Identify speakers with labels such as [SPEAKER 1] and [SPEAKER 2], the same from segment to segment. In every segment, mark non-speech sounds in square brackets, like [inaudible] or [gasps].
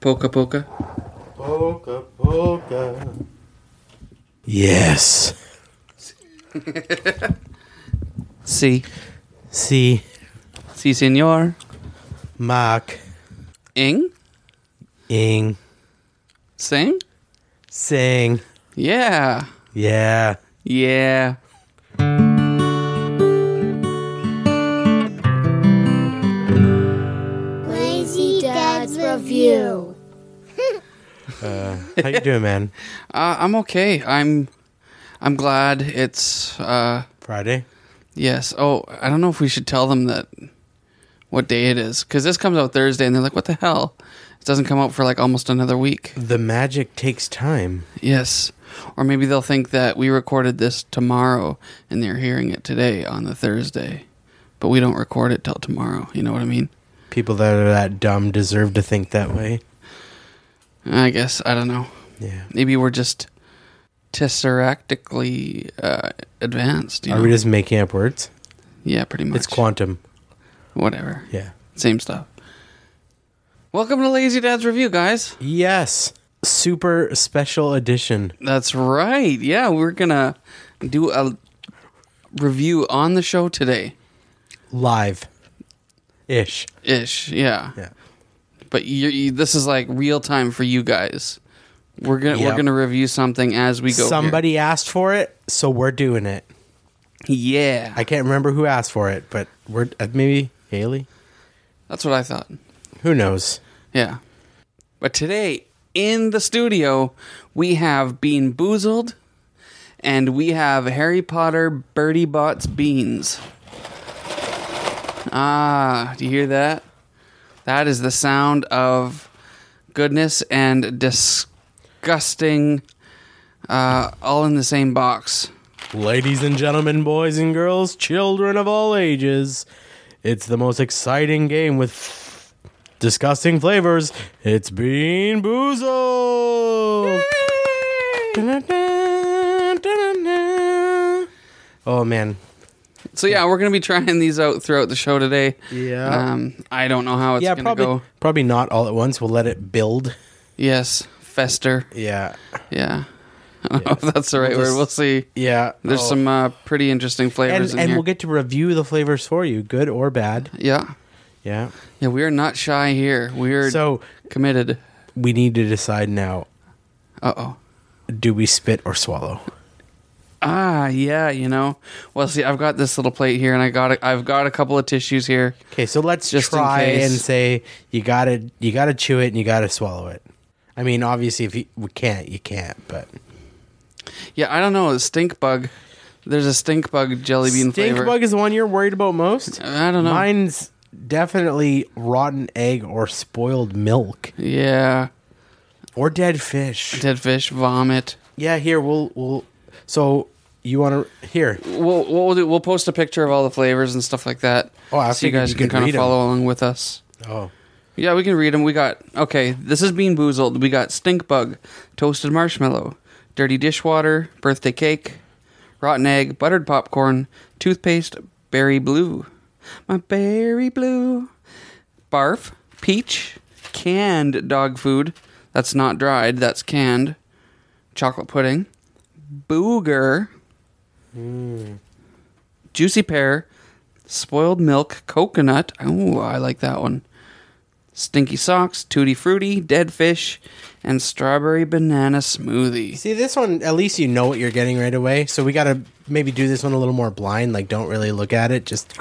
[SPEAKER 1] Polka polka.
[SPEAKER 2] Polka, polka.
[SPEAKER 3] Yes.
[SPEAKER 1] Si.
[SPEAKER 3] See,
[SPEAKER 1] Si, senor.
[SPEAKER 3] Mark,
[SPEAKER 1] Ing.
[SPEAKER 3] Ing,
[SPEAKER 1] Sing.
[SPEAKER 3] Sing.
[SPEAKER 1] Yeah.
[SPEAKER 3] Yeah.
[SPEAKER 1] Yeah.
[SPEAKER 4] Lazy Dad's Review.
[SPEAKER 3] How you doing, man?
[SPEAKER 1] Uh, I'm okay. I'm. I'm glad it's. Uh,
[SPEAKER 3] [laughs] Friday.
[SPEAKER 1] yes. Oh, I don't know if we should tell them that. What day it is? Because this comes out Thursday, and they're like, "What the hell?" It doesn't come out for like almost another week.
[SPEAKER 3] The magic takes time.
[SPEAKER 1] Yes. Or maybe they'll think that we recorded this tomorrow and they're hearing it today on the Thursday. But we don't record it till tomorrow. You know what I mean?
[SPEAKER 3] People that are that dumb deserve to think that way.
[SPEAKER 1] I guess. I don't know.
[SPEAKER 3] Yeah.
[SPEAKER 1] Maybe we're just tesseractically uh, advanced. You
[SPEAKER 3] Are
[SPEAKER 1] know?
[SPEAKER 3] we just making up words?
[SPEAKER 1] yeah, pretty much.
[SPEAKER 3] It's quantum.
[SPEAKER 1] Whatever.
[SPEAKER 3] Yeah.
[SPEAKER 1] Same stuff. Welcome to Lazy Dad's Review, guys.
[SPEAKER 3] Yes. Super special edition.
[SPEAKER 1] That's right. Yeah, we're going to do a review on the show today
[SPEAKER 3] Live. Ish.
[SPEAKER 1] ish. Yeah.
[SPEAKER 3] Yeah.
[SPEAKER 1] but you, you, this is like real time for you guys. We're gonna
[SPEAKER 3] Yep.
[SPEAKER 1] we're gonna review something as we go. here.
[SPEAKER 3] Somebody asked for it, so we're doing it.
[SPEAKER 1] yeah,
[SPEAKER 3] I can't remember who asked for it, but we're uh, maybe Haley.
[SPEAKER 1] that's what I thought.
[SPEAKER 3] Who knows?
[SPEAKER 1] Yeah, but today in the studio we have Bean Boozled, and we have Harry Potter Birdie Bots Beans. Ah, do you hear that? That is the sound of goodness and disgusting, uh, all in the same box.
[SPEAKER 3] Ladies and gentlemen, boys and girls, children of all ages, it's the most exciting game with f- disgusting flavors. It's Bean Boozled. Dun-dun-dun, dun-dun-dun. Oh man,
[SPEAKER 1] So yeah, we're gonna be trying these out throughout the show today.
[SPEAKER 3] Yeah.
[SPEAKER 1] Um, I don't know how it's
[SPEAKER 3] yeah,
[SPEAKER 1] gonna
[SPEAKER 3] probably
[SPEAKER 1] go.
[SPEAKER 3] probably not all at once. We'll let it build.
[SPEAKER 1] Yes, fester.
[SPEAKER 3] Yeah,
[SPEAKER 1] Yeah. I don't know if [laughs] that's the right
[SPEAKER 3] We'll
[SPEAKER 1] word.
[SPEAKER 3] just-
[SPEAKER 1] We'll see.
[SPEAKER 3] yeah.
[SPEAKER 1] There's
[SPEAKER 3] Oh.
[SPEAKER 1] some uh, pretty interesting
[SPEAKER 3] and
[SPEAKER 1] flavors in
[SPEAKER 3] and
[SPEAKER 1] here.
[SPEAKER 3] we'll get to review the flavors for you, good or bad.
[SPEAKER 1] yeah.
[SPEAKER 3] Yeah.
[SPEAKER 1] Yeah, we are not shy here. We're
[SPEAKER 3] So
[SPEAKER 1] committed.
[SPEAKER 3] we need to decide now:
[SPEAKER 1] Uh oh.
[SPEAKER 3] do we spit or swallow?
[SPEAKER 1] Ah, yeah, you know. Well, see, I've got this little plate here, and I got a, I've got a couple of tissues here.
[SPEAKER 3] Okay, so let's
[SPEAKER 1] Just in
[SPEAKER 3] try
[SPEAKER 1] case.
[SPEAKER 3] and say you gotta you gotta chew it and you gotta swallow it. I mean, obviously, if you we can't, you can't. But
[SPEAKER 1] Yeah, I don't know. A stink bug. There's a stink bug jelly bean
[SPEAKER 3] stink
[SPEAKER 1] flavor.
[SPEAKER 3] bug is the one you're worried about most.
[SPEAKER 1] I don't know.
[SPEAKER 3] Mine's definitely rotten egg or spoiled milk
[SPEAKER 1] yeah.
[SPEAKER 3] or dead fish.
[SPEAKER 1] Dead fish vomit.
[SPEAKER 3] Yeah, here we'll we'll. So you want to here?
[SPEAKER 1] we'll we'll do, we'll post a picture of all the flavors and stuff like that.
[SPEAKER 3] Oh, I
[SPEAKER 1] so you
[SPEAKER 3] figured
[SPEAKER 1] guys
[SPEAKER 3] you
[SPEAKER 1] can
[SPEAKER 3] could
[SPEAKER 1] kind of
[SPEAKER 3] read 'em.
[SPEAKER 1] follow along with us.
[SPEAKER 3] Oh,
[SPEAKER 1] Yeah, we can read them. We got okay. This is Bean Boozled. We got Stink Bug, Toasted Marshmallow, Dirty Dishwater, Birthday Cake, Rotten Egg, Buttered Popcorn, Toothpaste, Berry Blue, my Berry Blue, Barf, Peach, Canned Dog Food. That's not dried. That's canned. Chocolate pudding, Booger, Juicy Pear, Spoiled Milk, Coconut. Oh, I like that one. Stinky Socks, Tutti Frutti, Dead Fish, and Strawberry Banana Smoothie.
[SPEAKER 3] see this one. At least you know what you're getting right away. So we gotta maybe do this one a little more blind. Like, don't really look at it. Just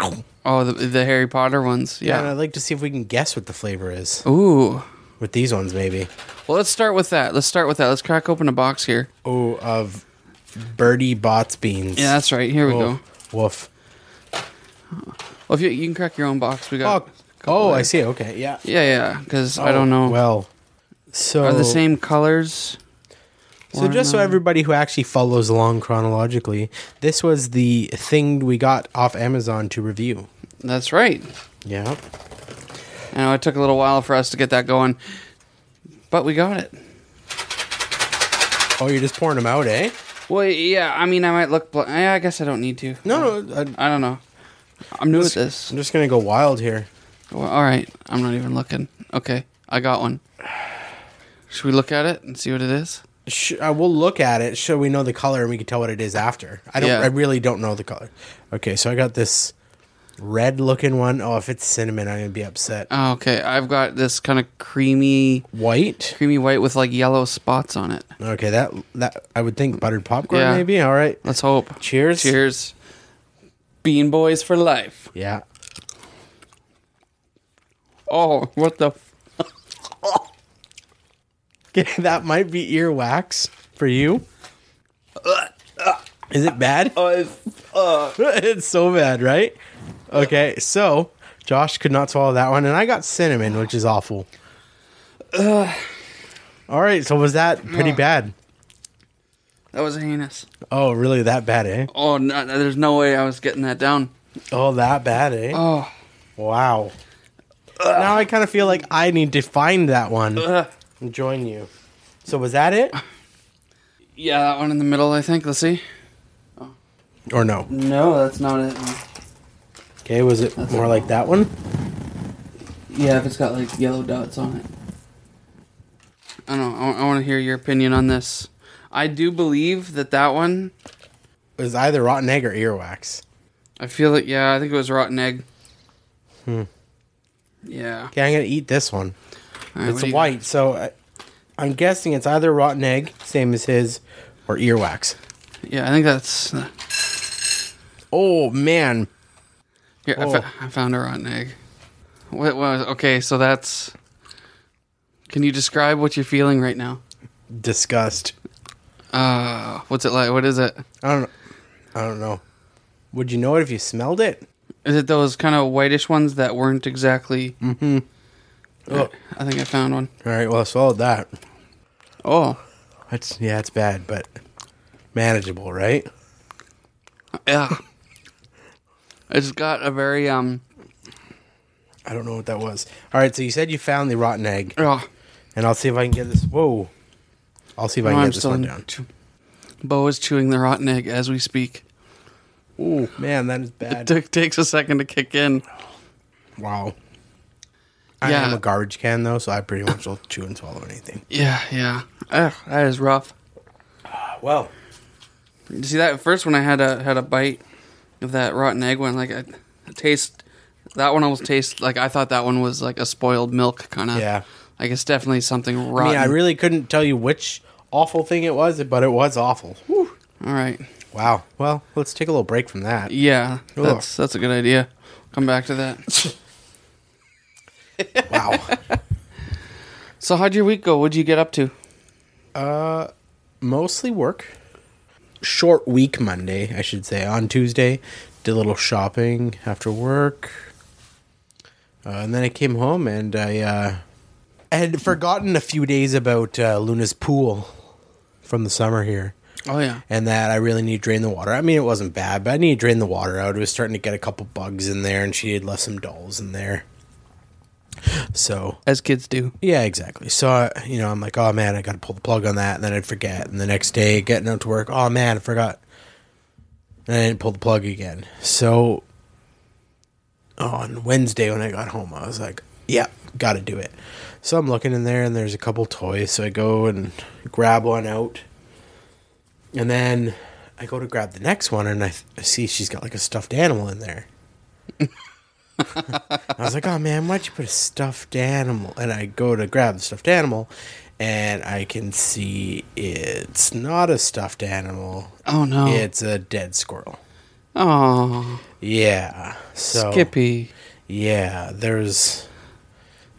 [SPEAKER 1] Oh, the, the Harry Potter ones.
[SPEAKER 3] And
[SPEAKER 1] Yeah.
[SPEAKER 3] I'd like to see if we can guess what the flavor is.
[SPEAKER 1] Ooh.
[SPEAKER 3] with these ones maybe.
[SPEAKER 1] Well, let's start with that. Let's start with that. Let's crack open a box here.
[SPEAKER 3] Oh, of Birdie Bots beans.
[SPEAKER 1] Yeah, that's right.
[SPEAKER 3] Oh.
[SPEAKER 1] Here we go.
[SPEAKER 3] Woof. Woof.
[SPEAKER 1] Well, if you, you can crack your own box. We got.
[SPEAKER 3] Oh,
[SPEAKER 1] a couple
[SPEAKER 3] oh, I
[SPEAKER 1] there.
[SPEAKER 3] see. Okay, yeah. Oh,
[SPEAKER 1] Yeah, yeah. Because I don't know.
[SPEAKER 3] Well, so
[SPEAKER 1] Are the same colors?
[SPEAKER 3] So just so
[SPEAKER 1] Watermelon.
[SPEAKER 3] everybody who actually follows along chronologically, this was the thing we got off Amazon to review.
[SPEAKER 1] That's right.
[SPEAKER 3] Yeah.
[SPEAKER 1] I know it took a little while for us to get that going, but we got it.
[SPEAKER 3] Oh, you're just pouring them out, eh?
[SPEAKER 1] Well, yeah. I mean, I might look. Bl- eh, I guess I don't need to.
[SPEAKER 3] No, no. I,
[SPEAKER 1] I don't know. I'm new
[SPEAKER 3] just-
[SPEAKER 1] at this.
[SPEAKER 3] I'm just gonna go wild here.
[SPEAKER 1] Well, all right, I'm not even looking. Okay, I got one. Should we look at it and see what it is?
[SPEAKER 3] Sh- uh, we'll look at it. So we know the color, and we can tell what it is after. I don't.
[SPEAKER 1] Yeah.
[SPEAKER 3] I really don't know the color. Okay, so I got this red looking one. Oh, if it's cinnamon, I'm gonna be upset.
[SPEAKER 1] Oh, okay, I've got this kind of creamy,
[SPEAKER 3] White.
[SPEAKER 1] creamy white with like yellow spots on it.
[SPEAKER 3] Okay, that that I would think buttered popcorn.
[SPEAKER 1] Yeah.
[SPEAKER 3] Maybe. All right.
[SPEAKER 1] Let's hope.
[SPEAKER 3] Cheers.
[SPEAKER 1] Cheers. Bean boys for life.
[SPEAKER 3] Yeah.
[SPEAKER 1] Oh, what the? F-
[SPEAKER 3] Okay, [laughs] that might be earwax for you. Is it bad? [laughs] it's so bad, right? Okay, so Josh could not swallow that one, and I got cinnamon, which is awful. All right, so was that pretty bad?
[SPEAKER 1] that was heinous.
[SPEAKER 3] Oh, really? That bad, eh?
[SPEAKER 1] Oh, no, there's no way I was getting that down.
[SPEAKER 3] Oh, that bad, eh?
[SPEAKER 1] Oh,
[SPEAKER 3] Wow. Now I kind of feel like I need to find that one
[SPEAKER 1] ugh.
[SPEAKER 3] and join you. So was that it?
[SPEAKER 1] yeah, that one in the middle. I think. Let's see.
[SPEAKER 3] Or no?
[SPEAKER 1] No, that's not it.
[SPEAKER 3] Okay, was it more like that one?
[SPEAKER 1] Yeah, if it's got like yellow dots on it. I don't know. I, want to hear your opinion on this. I do believe that that one.
[SPEAKER 3] It was either rotten egg or earwax.
[SPEAKER 1] I feel like yeah. I think it was rotten egg. Hmm. Yeah.
[SPEAKER 3] Okay, I'm gonna eat this one.
[SPEAKER 1] All right, what
[SPEAKER 3] it's
[SPEAKER 1] do you-
[SPEAKER 3] white, so I, I'm guessing it's either rotten egg, same as his, or earwax.
[SPEAKER 1] Yeah, I think that's.
[SPEAKER 3] Oh man,
[SPEAKER 1] Here, I,
[SPEAKER 3] Oh.
[SPEAKER 1] fo- I found a rotten egg. What was okay? So that's. Can you describe what you're feeling right now?
[SPEAKER 3] disgust.
[SPEAKER 1] Uh, what's it like? What is it?
[SPEAKER 3] I don't, I don't know. Would you know it if you smelled it?
[SPEAKER 1] Is it those kind of whitish ones that weren't exactly?
[SPEAKER 3] Oh.
[SPEAKER 1] I think I found one.
[SPEAKER 3] All right, well I swallowed that.
[SPEAKER 1] Oh,
[SPEAKER 3] That's yeah, it's bad, but manageable, right?
[SPEAKER 1] yeah. it's got a very um.
[SPEAKER 3] I don't know what that was. All right, so you said you found the rotten egg,
[SPEAKER 1] Oh,
[SPEAKER 3] and I'll see if I can get this. Whoa, I'll see if I
[SPEAKER 1] no,
[SPEAKER 3] can
[SPEAKER 1] oh, I'm
[SPEAKER 3] get this
[SPEAKER 1] still
[SPEAKER 3] one
[SPEAKER 1] in.
[SPEAKER 3] down.
[SPEAKER 1] chew- Bo is chewing the rotten egg as we speak.
[SPEAKER 3] Oh man, that is
[SPEAKER 1] It
[SPEAKER 3] bad.
[SPEAKER 1] took takes a second to kick in.
[SPEAKER 3] Wow. I
[SPEAKER 1] Yeah.
[SPEAKER 3] am a garbage can though, so I pretty much will chew and swallow anything.
[SPEAKER 1] Yeah, yeah. Ugh, that is rough.
[SPEAKER 3] Uh, Well,
[SPEAKER 1] You See that first one I had a had a bite of that rotten egg one. Like I, I taste that one almost tastes like I thought that one was like a spoiled milk kind of.
[SPEAKER 3] Yeah.
[SPEAKER 1] Like it's definitely something
[SPEAKER 3] I
[SPEAKER 1] rotten.
[SPEAKER 3] mean, I really couldn't tell you which awful thing it was, but it was awful. Whew.
[SPEAKER 1] All right.
[SPEAKER 3] Wow. Well, let's take a little break from that.
[SPEAKER 1] Yeah. That's that's a good idea. Come back to that.
[SPEAKER 3] [laughs] Wow.
[SPEAKER 1] [laughs] So how'd your week go? What'd you get up to?
[SPEAKER 3] Mostly work. Short week Monday, I should say. On Tuesday, did a little shopping after work. Uh, and then I came home and I uh, had forgotten a few days about uh, Luna's pool from the summer here.
[SPEAKER 1] Oh yeah.
[SPEAKER 3] and that I really need to drain the water. I mean, it wasn't bad, but I need to drain the water out. It was starting to get a couple bugs in there, and she had left some dolls in there. So,
[SPEAKER 1] As kids do.
[SPEAKER 3] yeah, exactly. So, I, you know, I'm like, oh man, I got to pull the plug on that, and then I'd forget. And the next day, getting out to work, oh man, I forgot. And I didn't pull the plug again. So, on Wednesday when I got home, I was like, yeah, got to do it. So I'm looking in there, and there's a couple toys. So I go and grab one out. And then I go to grab the next one, and I, th- I see she's got like a stuffed animal in there. I was like, "Oh man, why'd you put a stuffed animal?" And I go to grab the stuffed animal, and I can see it's not a stuffed animal;
[SPEAKER 1] Oh no.
[SPEAKER 3] it's a dead squirrel.
[SPEAKER 1] Oh
[SPEAKER 3] Yeah, so
[SPEAKER 1] Skippy.
[SPEAKER 3] Yeah, there's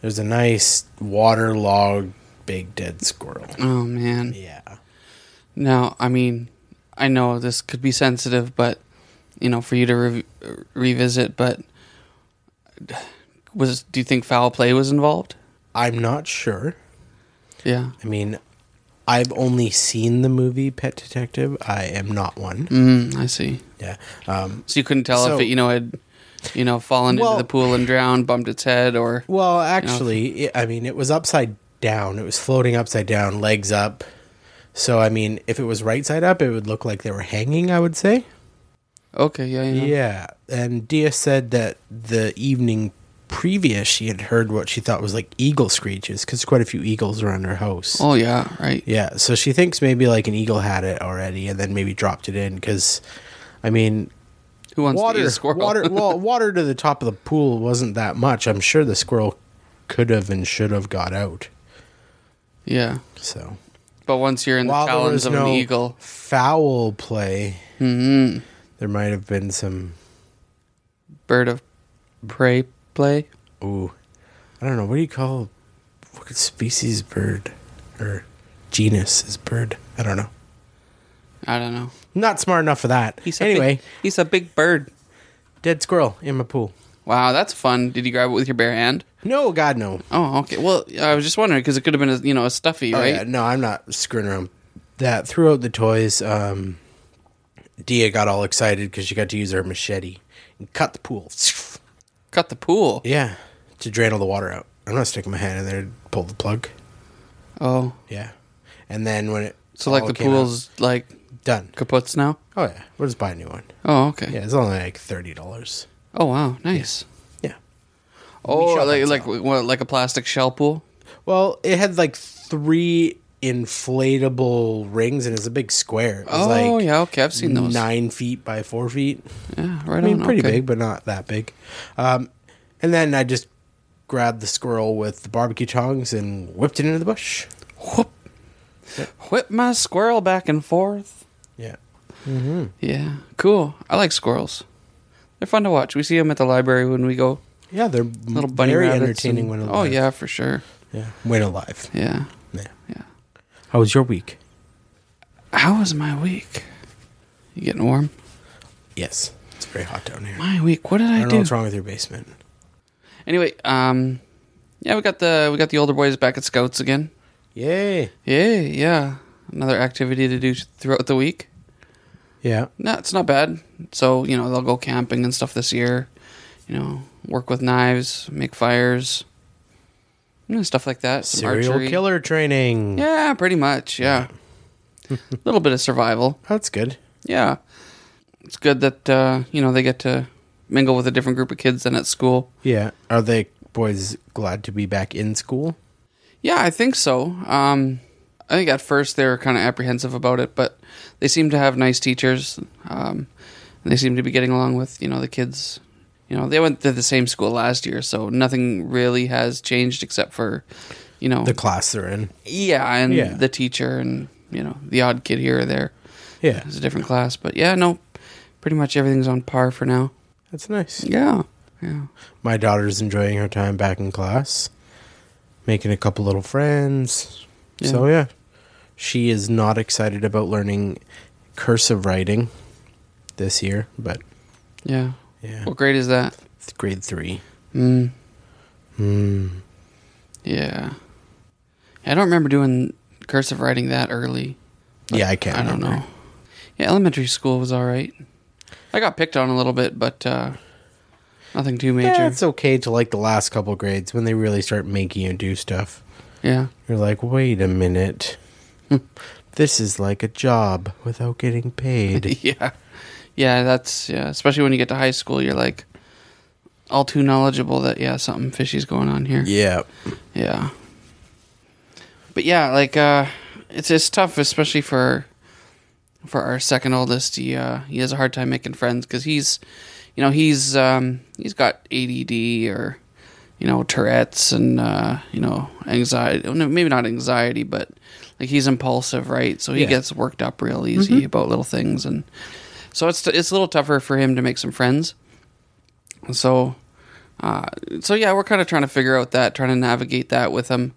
[SPEAKER 3] there's a nice waterlogged big dead squirrel.
[SPEAKER 1] Oh man.
[SPEAKER 3] Yeah.
[SPEAKER 1] Now, I mean, I know this could be sensitive, but you know, for you to re- revisit, but was do you think foul play was involved?
[SPEAKER 3] I'm not sure.
[SPEAKER 1] Yeah.
[SPEAKER 3] I mean, I've only seen the movie Pet Detective. I am not one.
[SPEAKER 1] Mm, I see.
[SPEAKER 3] Yeah. Um,
[SPEAKER 1] So you couldn't tell
[SPEAKER 3] So-
[SPEAKER 1] if it, you know, had you know fallen
[SPEAKER 3] Well-
[SPEAKER 1] into the pool and drowned, bumped its head, or
[SPEAKER 3] well, actually, it, I mean, it was upside down. It was floating upside down, legs up. So, I mean, if it was right side up, it would look like they were hanging, I would say.
[SPEAKER 1] okay, yeah, yeah.
[SPEAKER 3] Yeah. And Dia said that the evening previous, she had heard what she thought was like eagle screeches because quite a few eagles around her house.
[SPEAKER 1] Oh yeah, right.
[SPEAKER 3] Yeah, so she thinks maybe like an eagle had it already and then maybe dropped it in because, I mean,
[SPEAKER 1] Who wants to eat
[SPEAKER 3] water,
[SPEAKER 1] a squirrel? [laughs]
[SPEAKER 3] water, well, water to the top of the pool wasn't that much. I'm sure the squirrel could have and should have got out.
[SPEAKER 1] yeah.
[SPEAKER 3] So
[SPEAKER 1] But once you're in the talons of an eagle,
[SPEAKER 3] foul play,
[SPEAKER 1] Mm-hmm.
[SPEAKER 3] there might have been some.
[SPEAKER 1] bird of prey play.
[SPEAKER 3] Ooh, I don't know. What do you call what species bird or genus is bird? I don't know.
[SPEAKER 1] I don't know.
[SPEAKER 3] Not smart enough for that. anyway,
[SPEAKER 1] big, he's a big bird.
[SPEAKER 3] dead squirrel in my pool.
[SPEAKER 1] Wow, that's fun. Did you grab it with your bare hand?
[SPEAKER 3] No, God, no.
[SPEAKER 1] Oh, okay. Well, I was just wondering because it could have been, a, you know, a stuffy,
[SPEAKER 3] Oh,
[SPEAKER 1] right?
[SPEAKER 3] yeah, no, I'm not screwing around. That throughout the toys, um, Dia got all excited because she got to use her machete and cut the pool.
[SPEAKER 1] Cut the pool.
[SPEAKER 3] Yeah, to drain all the water out. I'm not sticking my hand in there to pull the plug.
[SPEAKER 1] Oh,
[SPEAKER 3] Yeah, and then when Oh, it
[SPEAKER 1] so
[SPEAKER 3] all
[SPEAKER 1] like the
[SPEAKER 3] came out,
[SPEAKER 1] pool's like
[SPEAKER 3] done.
[SPEAKER 1] kaputs now.
[SPEAKER 3] Oh yeah, we'll just buy a new one.
[SPEAKER 1] Oh, okay.
[SPEAKER 3] Yeah, it's only like thirty dollars.
[SPEAKER 1] Oh, wow, nice.
[SPEAKER 3] Yeah.
[SPEAKER 1] Oh,
[SPEAKER 3] shall
[SPEAKER 1] like
[SPEAKER 3] not
[SPEAKER 1] like what, like a plastic shell pool.
[SPEAKER 3] Well, it had like three inflatable rings, and it's a big square. It was
[SPEAKER 1] Oh,
[SPEAKER 3] like
[SPEAKER 1] yeah, okay, I've seen those.
[SPEAKER 3] Nine feet by four feet.
[SPEAKER 1] Yeah, right.
[SPEAKER 3] I mean,
[SPEAKER 1] on,
[SPEAKER 3] pretty
[SPEAKER 1] okay.
[SPEAKER 3] big, but not that big. Um, and then I just grabbed the squirrel with the barbecue tongs and whipped it into the bush.
[SPEAKER 1] Whoop. Whip my squirrel back and forth.
[SPEAKER 3] Yeah.
[SPEAKER 1] Yeah, cool. I like squirrels. They're fun to watch. We see them at the library when we go.
[SPEAKER 3] Yeah, they're
[SPEAKER 1] Little bunny
[SPEAKER 3] very
[SPEAKER 1] rabbits
[SPEAKER 3] entertaining
[SPEAKER 1] and-
[SPEAKER 3] when alive.
[SPEAKER 1] Oh yeah, for sure.
[SPEAKER 3] yeah, when alive.
[SPEAKER 1] Yeah,
[SPEAKER 3] Yeah.
[SPEAKER 1] yeah.
[SPEAKER 3] How was your week?
[SPEAKER 1] How was my week? You getting warm?
[SPEAKER 3] Yes, it's very hot down here.
[SPEAKER 1] My week. What did
[SPEAKER 3] I
[SPEAKER 1] I,
[SPEAKER 3] don't know
[SPEAKER 1] do?
[SPEAKER 3] what's wrong with your basement.
[SPEAKER 1] Anyway, um, yeah, we got the we got the older boys back at Scouts again.
[SPEAKER 3] Yay!
[SPEAKER 1] Yeah, yeah. Another activity to do throughout the week.
[SPEAKER 3] Yeah,
[SPEAKER 1] No, it's not bad. So you know they'll go camping and stuff this year. You know, work with knives, make fires, you know, stuff like that. Some
[SPEAKER 3] serial
[SPEAKER 1] archery.
[SPEAKER 3] killer training.
[SPEAKER 1] Yeah, pretty much. Yeah, a [laughs] little bit of survival.
[SPEAKER 3] that's good.
[SPEAKER 1] Yeah, it's good that uh, you know they get to mingle with a different group of kids than at school.
[SPEAKER 3] Yeah, are the boys glad to be back in school?
[SPEAKER 1] Yeah, I think so. Um, I think at first they were kind of apprehensive about it, but they seem to have nice teachers, um, and they seem to be getting along with you know the kids. You know, they went to the same school last year, so nothing really has changed except for you know
[SPEAKER 3] The class they're in.
[SPEAKER 1] yeah, and
[SPEAKER 3] Yeah.
[SPEAKER 1] the teacher, and you know the odd kid here or there.
[SPEAKER 3] Yeah,
[SPEAKER 1] It's a different class, but yeah, no, pretty much everything's on par for now.
[SPEAKER 3] that's nice.
[SPEAKER 1] Yeah, yeah.
[SPEAKER 3] My daughter's enjoying her time back in class, making a couple little friends. So, yeah, she is not excited about learning cursive writing this year, but
[SPEAKER 1] Yeah.
[SPEAKER 3] yeah,
[SPEAKER 1] What grade is that?
[SPEAKER 3] it's grade three.
[SPEAKER 1] Mm,
[SPEAKER 3] Hmm.
[SPEAKER 1] yeah. I don't remember doing cursive writing that early.
[SPEAKER 3] Yeah, I can't.
[SPEAKER 1] I don't
[SPEAKER 3] remember.
[SPEAKER 1] know. Yeah, elementary school was all right. I got picked on a little bit, but uh, nothing too major.
[SPEAKER 3] Yeah,
[SPEAKER 1] Yeah,
[SPEAKER 3] it's okay to like the last couple grades when they really start making you do stuff. You're like, wait a minute. [laughs] this is like a job without getting paid.
[SPEAKER 1] yeah, yeah. That's yeah. Especially when you get to high school, you're like all too knowledgeable that yeah, something fishy's going on here.
[SPEAKER 3] yeah.
[SPEAKER 1] [laughs] Yeah. But yeah, like uh it's it's tough especially for for our second oldest. He uh he has a hard time making friends cuz he's you know, he's um he's got ADD or you know, Tourette's and uh, you know, anxiety. No, maybe not anxiety, but like he's impulsive, right? So he
[SPEAKER 3] Yeah.
[SPEAKER 1] gets worked up real easy about little things and so it's it's a little tougher for him to make some friends. So uh, so yeah, we're kind of trying to figure out that, trying to navigate that with him.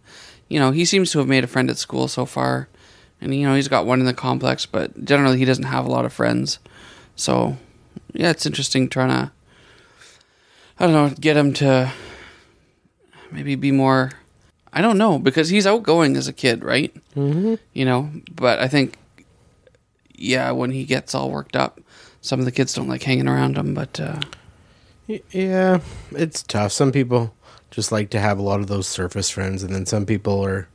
[SPEAKER 1] You know, he seems to have made a friend at school so far, and you know he's got one in the complex, but generally he doesn't have a lot of friends. So yeah, it's interesting trying to, I don't know, get him to maybe be more. I don't know because he's outgoing as a kid, right? Mm-hmm. You know, but I think yeah, when he gets all worked up, some of the kids don't like hanging around him, but. Uh,
[SPEAKER 3] Y- Yeah, it's tough. Some people just like to have a lot of those surface friends, and then some people are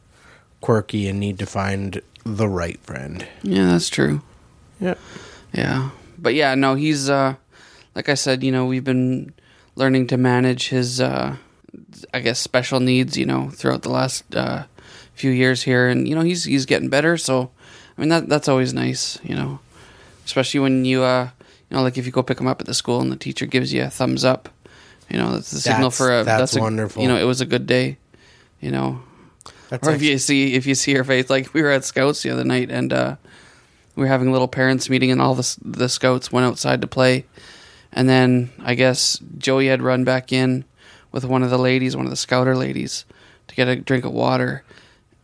[SPEAKER 3] quirky and need to find the right friend.
[SPEAKER 1] Yeah, that's true.
[SPEAKER 3] Yeah.
[SPEAKER 1] Yeah. But yeah, no, he's uh like I said, you know, we've been learning to manage his uh with I guess special needs, you know, throughout the last uh, few years here, and you know he's he's getting better. So I mean that that's always nice, you know, especially when you uh you know like if you go pick him up at the school and the teacher gives you a thumbs up, you know that's the signal
[SPEAKER 3] That's-
[SPEAKER 1] for a
[SPEAKER 3] that's
[SPEAKER 1] a,
[SPEAKER 3] wonderful.
[SPEAKER 1] You know it was a good day, you know.
[SPEAKER 3] That's
[SPEAKER 1] Or if you see if you see her face, like we were at Scouts the other night, and uh, we were having a little parents meeting, and all the s- the Scouts went outside to play, and then I guess Joey had run back in with one of the ladies, one of the Scouter ladies, to get a drink of water,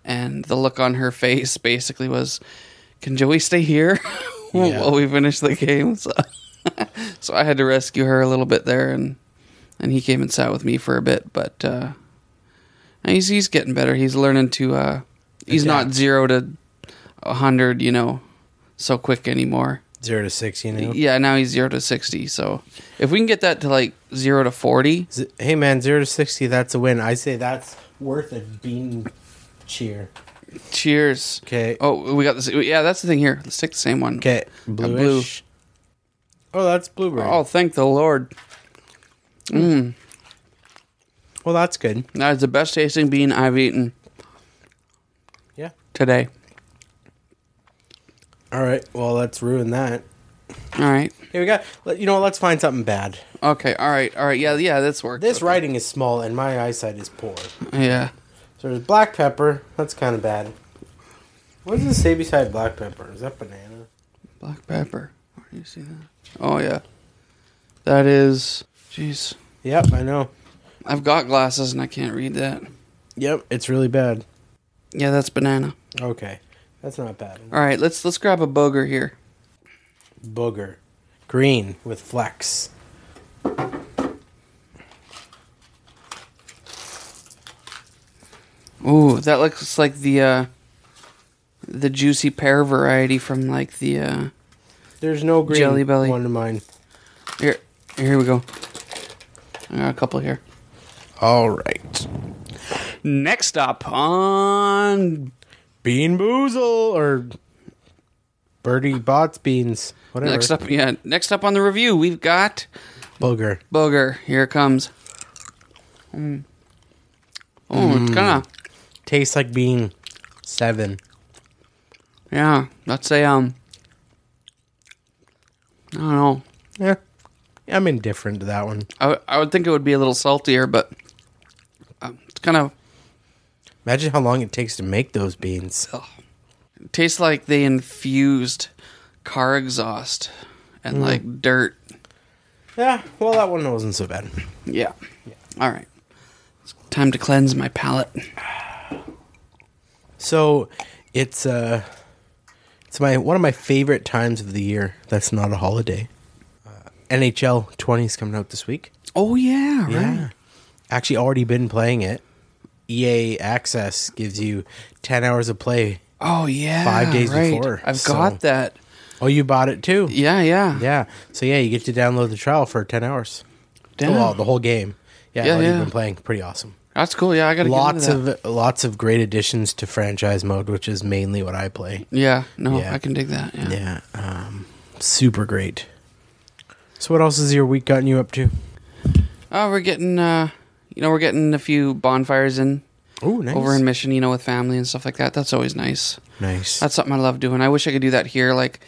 [SPEAKER 1] and the look on her face basically was, "Can Joey stay here [laughs]
[SPEAKER 3] Yeah.
[SPEAKER 1] while we finish the game?" [laughs] So, so I had to rescue her a little bit there, and and he came and sat with me for a bit, but. Uh, and he's he's getting better. He's learning to. Uh, he's not
[SPEAKER 3] Adapt.
[SPEAKER 1] zero to a hundred, you know, so quick anymore.
[SPEAKER 3] zero to six, you know.
[SPEAKER 1] Yeah, now he's zero to sixty. So if we can get that to like zero to forty,
[SPEAKER 3] Z- Hey man, zero to sixty, that's a win. I say that's worth a bean cheer.
[SPEAKER 1] cheers.
[SPEAKER 3] Okay.
[SPEAKER 1] Oh, we got this. Yeah, that's the thing here. Let's take the same one.
[SPEAKER 3] Okay,
[SPEAKER 1] blue.
[SPEAKER 3] bluish. Oh, that's blueberry.
[SPEAKER 1] Oh,
[SPEAKER 3] Oh,
[SPEAKER 1] thank the Lord.
[SPEAKER 3] well, that's good.
[SPEAKER 1] That is the best tasting bean I've eaten
[SPEAKER 3] Yeah.
[SPEAKER 1] today.
[SPEAKER 3] All right. Well, let's ruin that.
[SPEAKER 1] All right.
[SPEAKER 3] Here we got. let- You know, what, let's find something bad.
[SPEAKER 1] Okay. All right. All right. Yeah. Yeah. That's worked.
[SPEAKER 3] This writing is small, and my eyesight is poor.
[SPEAKER 1] Yeah.
[SPEAKER 3] So there's black pepper. That's kind of bad. What does it say beside black pepper? Is that banana?
[SPEAKER 1] Black pepper. Where do you see that? Oh yeah. That is. Jeez.
[SPEAKER 3] Yep, I know.
[SPEAKER 1] I've got glasses and I can't read that.
[SPEAKER 3] Yep, it's really bad.
[SPEAKER 1] Yeah, that's banana.
[SPEAKER 3] Okay, that's not bad.
[SPEAKER 1] All right, let's let's grab a booger here.
[SPEAKER 3] Booger, green with flex.
[SPEAKER 1] Ooh, that looks like the uh the juicy pear variety from like the uh
[SPEAKER 3] There's no green
[SPEAKER 1] Jelly belly.
[SPEAKER 3] one in mine.
[SPEAKER 1] here here we go. I got a couple here.
[SPEAKER 3] All right.
[SPEAKER 1] Next up on
[SPEAKER 3] Bean boozle or birdie bots beans. Whatever.
[SPEAKER 1] next up yeah, next up on the review, we've got
[SPEAKER 3] booger.
[SPEAKER 1] booger. Here it comes. Mm. Oh, it's kind of
[SPEAKER 3] Tastes like bean. Seven.
[SPEAKER 1] yeah, let's say um I don't know.
[SPEAKER 3] Yeah. I'm indifferent to that one.
[SPEAKER 1] I, w- I would think it would be a little saltier, but um, it's kind of
[SPEAKER 3] Imagine how long it takes to make those beans.
[SPEAKER 1] tastes like they infused car exhaust and
[SPEAKER 3] Mm.
[SPEAKER 1] like dirt.
[SPEAKER 3] Yeah, well, that one wasn't so bad.
[SPEAKER 1] Yeah. All right. It's time to cleanse my palate.
[SPEAKER 3] So, it's uh, it's my one of my favorite times of the year. That's not a holiday. Uh, NHL 20 is coming out this week.
[SPEAKER 1] Oh yeah, right.
[SPEAKER 3] actually already been playing it. EA Access gives you 10 hours of play.
[SPEAKER 1] Oh yeah.
[SPEAKER 3] Five days
[SPEAKER 1] right.
[SPEAKER 3] before,
[SPEAKER 1] I've
[SPEAKER 3] so-
[SPEAKER 1] got that.
[SPEAKER 3] Oh, you bought it too?
[SPEAKER 1] Yeah, yeah.
[SPEAKER 3] Yeah. So yeah, you get to download the trial for ten hours.
[SPEAKER 1] Damn.
[SPEAKER 3] Well, the whole game. Yeah,
[SPEAKER 1] Yeah,
[SPEAKER 3] yeah,
[SPEAKER 1] yeah.
[SPEAKER 3] been playing. Pretty awesome.
[SPEAKER 1] That's cool. Yeah, I got to
[SPEAKER 3] Lots
[SPEAKER 1] get into that.
[SPEAKER 3] of lots of great additions to franchise mode, which is mainly what I play.
[SPEAKER 1] Yeah, no,
[SPEAKER 3] Yeah.
[SPEAKER 1] I can dig that. Yeah.
[SPEAKER 3] Yeah. Um, super great. So what else has your week gotten you up to?
[SPEAKER 1] Oh, we're getting uh you know, we're getting a few bonfires in
[SPEAKER 3] Oh, nice.
[SPEAKER 1] over in Mission, you know, with family and stuff like that. That's always nice.
[SPEAKER 3] nice.
[SPEAKER 1] That's something I love doing. I wish I could do that here. Like,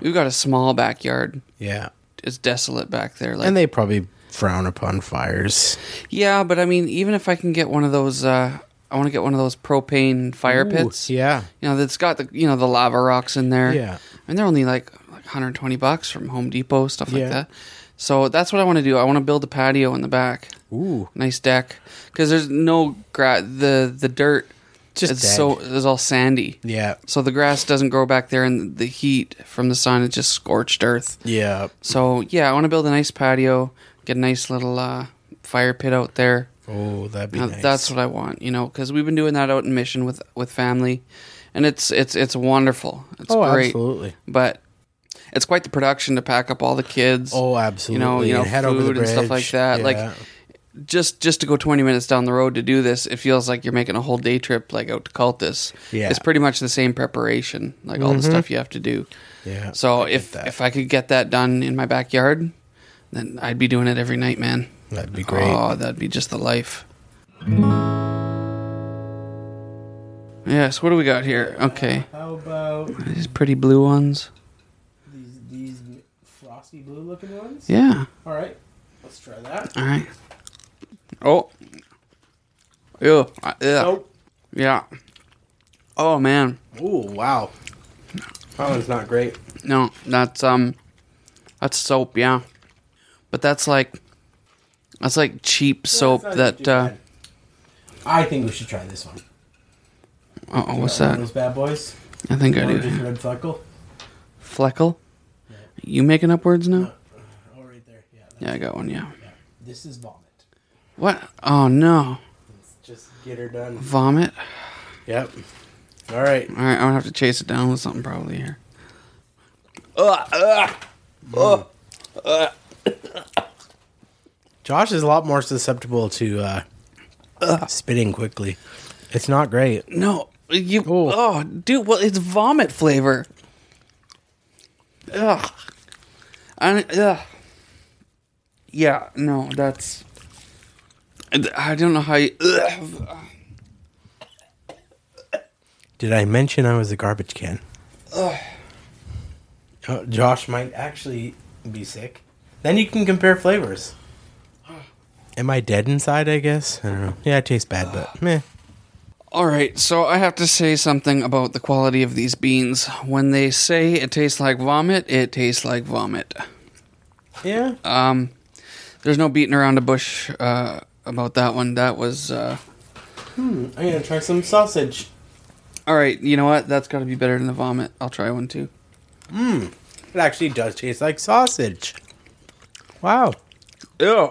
[SPEAKER 1] we've got a small backyard.
[SPEAKER 3] yeah.
[SPEAKER 1] It's desolate back there. Like,
[SPEAKER 3] And they probably frown upon fires.
[SPEAKER 1] yeah, but I mean, even if I can get one of those, uh, I want to get one of those propane fire
[SPEAKER 3] Ooh,
[SPEAKER 1] pits.
[SPEAKER 3] yeah.
[SPEAKER 1] You know, that's got the you know the lava rocks in there.
[SPEAKER 3] Yeah.
[SPEAKER 1] and they're only like like 120 bucks from Home Depot stuff like
[SPEAKER 3] Yeah.
[SPEAKER 1] that. So that's what I want to do. I want to build a patio in the back,
[SPEAKER 3] Ooh.
[SPEAKER 1] nice deck, because there's no gra- the the dirt.
[SPEAKER 3] Just
[SPEAKER 1] it's
[SPEAKER 3] dead.
[SPEAKER 1] so it's all sandy.
[SPEAKER 3] Yeah.
[SPEAKER 1] So the grass doesn't grow back there, and the heat from the sun is just scorched earth.
[SPEAKER 3] Yeah.
[SPEAKER 1] So yeah, I want to build a nice patio, get a nice little uh, fire pit out there.
[SPEAKER 3] Oh, that'd be
[SPEAKER 1] Now,
[SPEAKER 3] nice.
[SPEAKER 1] That's what I want, you know, because we've been doing that out in Mission with with family, and it's it's it's wonderful. It's
[SPEAKER 3] oh,
[SPEAKER 1] great,
[SPEAKER 3] absolutely.
[SPEAKER 1] but it's quite the production to pack up all the kids.
[SPEAKER 3] Oh, absolutely.
[SPEAKER 1] you know,
[SPEAKER 3] And
[SPEAKER 1] food and stuff like that, like- just just to go 20 minutes down the road to do this it feels like you're making a whole day trip like out to cultus
[SPEAKER 3] Yeah. Mm-hmm.
[SPEAKER 1] it's pretty much the same preparation like all the stuff you have to do
[SPEAKER 3] Yeah,
[SPEAKER 1] so
[SPEAKER 3] I get
[SPEAKER 1] if
[SPEAKER 3] that.
[SPEAKER 1] if i could get that done in my backyard then i'd be doing it every night man uh,
[SPEAKER 3] That'd be great.
[SPEAKER 1] oh that'd be just the life Yes, what do we got here? Okay.
[SPEAKER 5] How about
[SPEAKER 1] These pretty blue ones.
[SPEAKER 5] these these frosty blue looking ones?
[SPEAKER 1] Yeah.
[SPEAKER 5] All right, let's try that.
[SPEAKER 1] All right. Oh. Ew. Uh, Yeah.
[SPEAKER 5] Oh,
[SPEAKER 1] Yeah. Oh man.
[SPEAKER 5] ooh, wow. That one's not great.
[SPEAKER 1] No, that's um that's soap, yeah. But that's like that's like cheap soap
[SPEAKER 5] That's not
[SPEAKER 1] that uh
[SPEAKER 5] too bad. I think we should try this one.
[SPEAKER 1] oh, what's
[SPEAKER 5] One of
[SPEAKER 1] that?
[SPEAKER 5] Those bad boys.
[SPEAKER 1] I think I
[SPEAKER 5] Orange and
[SPEAKER 1] do.
[SPEAKER 5] red fleckle.
[SPEAKER 1] Fleckle? You making up words now?
[SPEAKER 5] Oh, right there. Yeah. that-
[SPEAKER 1] Yeah, I got one, yeah.
[SPEAKER 5] This is vomit.
[SPEAKER 1] What? Oh no.
[SPEAKER 5] Let's just get her done.
[SPEAKER 1] Vomit?
[SPEAKER 5] Yep. All right.
[SPEAKER 1] Alright, I'm gonna have to chase it down with something probably here. Ugh, ugh.
[SPEAKER 3] Josh is a lot more susceptible to uh, spitting quickly. It's not great.
[SPEAKER 1] No. You
[SPEAKER 3] Oh.
[SPEAKER 1] oh dude, well it's vomit flavor. Ugh. I ugh. Yeah, no, that's I don't know how you ugh.
[SPEAKER 3] Did I mention I was a garbage can? Oh, Josh might actually be sick. Then you can compare flavors. Am I dead inside? I guess I don't know. Yeah, it tastes bad, but meh.
[SPEAKER 1] All right, so I have to say something about the quality of these beans. When they say it tastes like vomit, it tastes like vomit.
[SPEAKER 3] Yeah,
[SPEAKER 1] Um, there's no beating around the bush uh, about that one. That was uh,
[SPEAKER 5] I'm gonna try some sausage.
[SPEAKER 1] all right. You know what? That's got to be better than the vomit. I'll try one too.
[SPEAKER 3] it actually does taste like sausage. Wow.
[SPEAKER 1] Ew.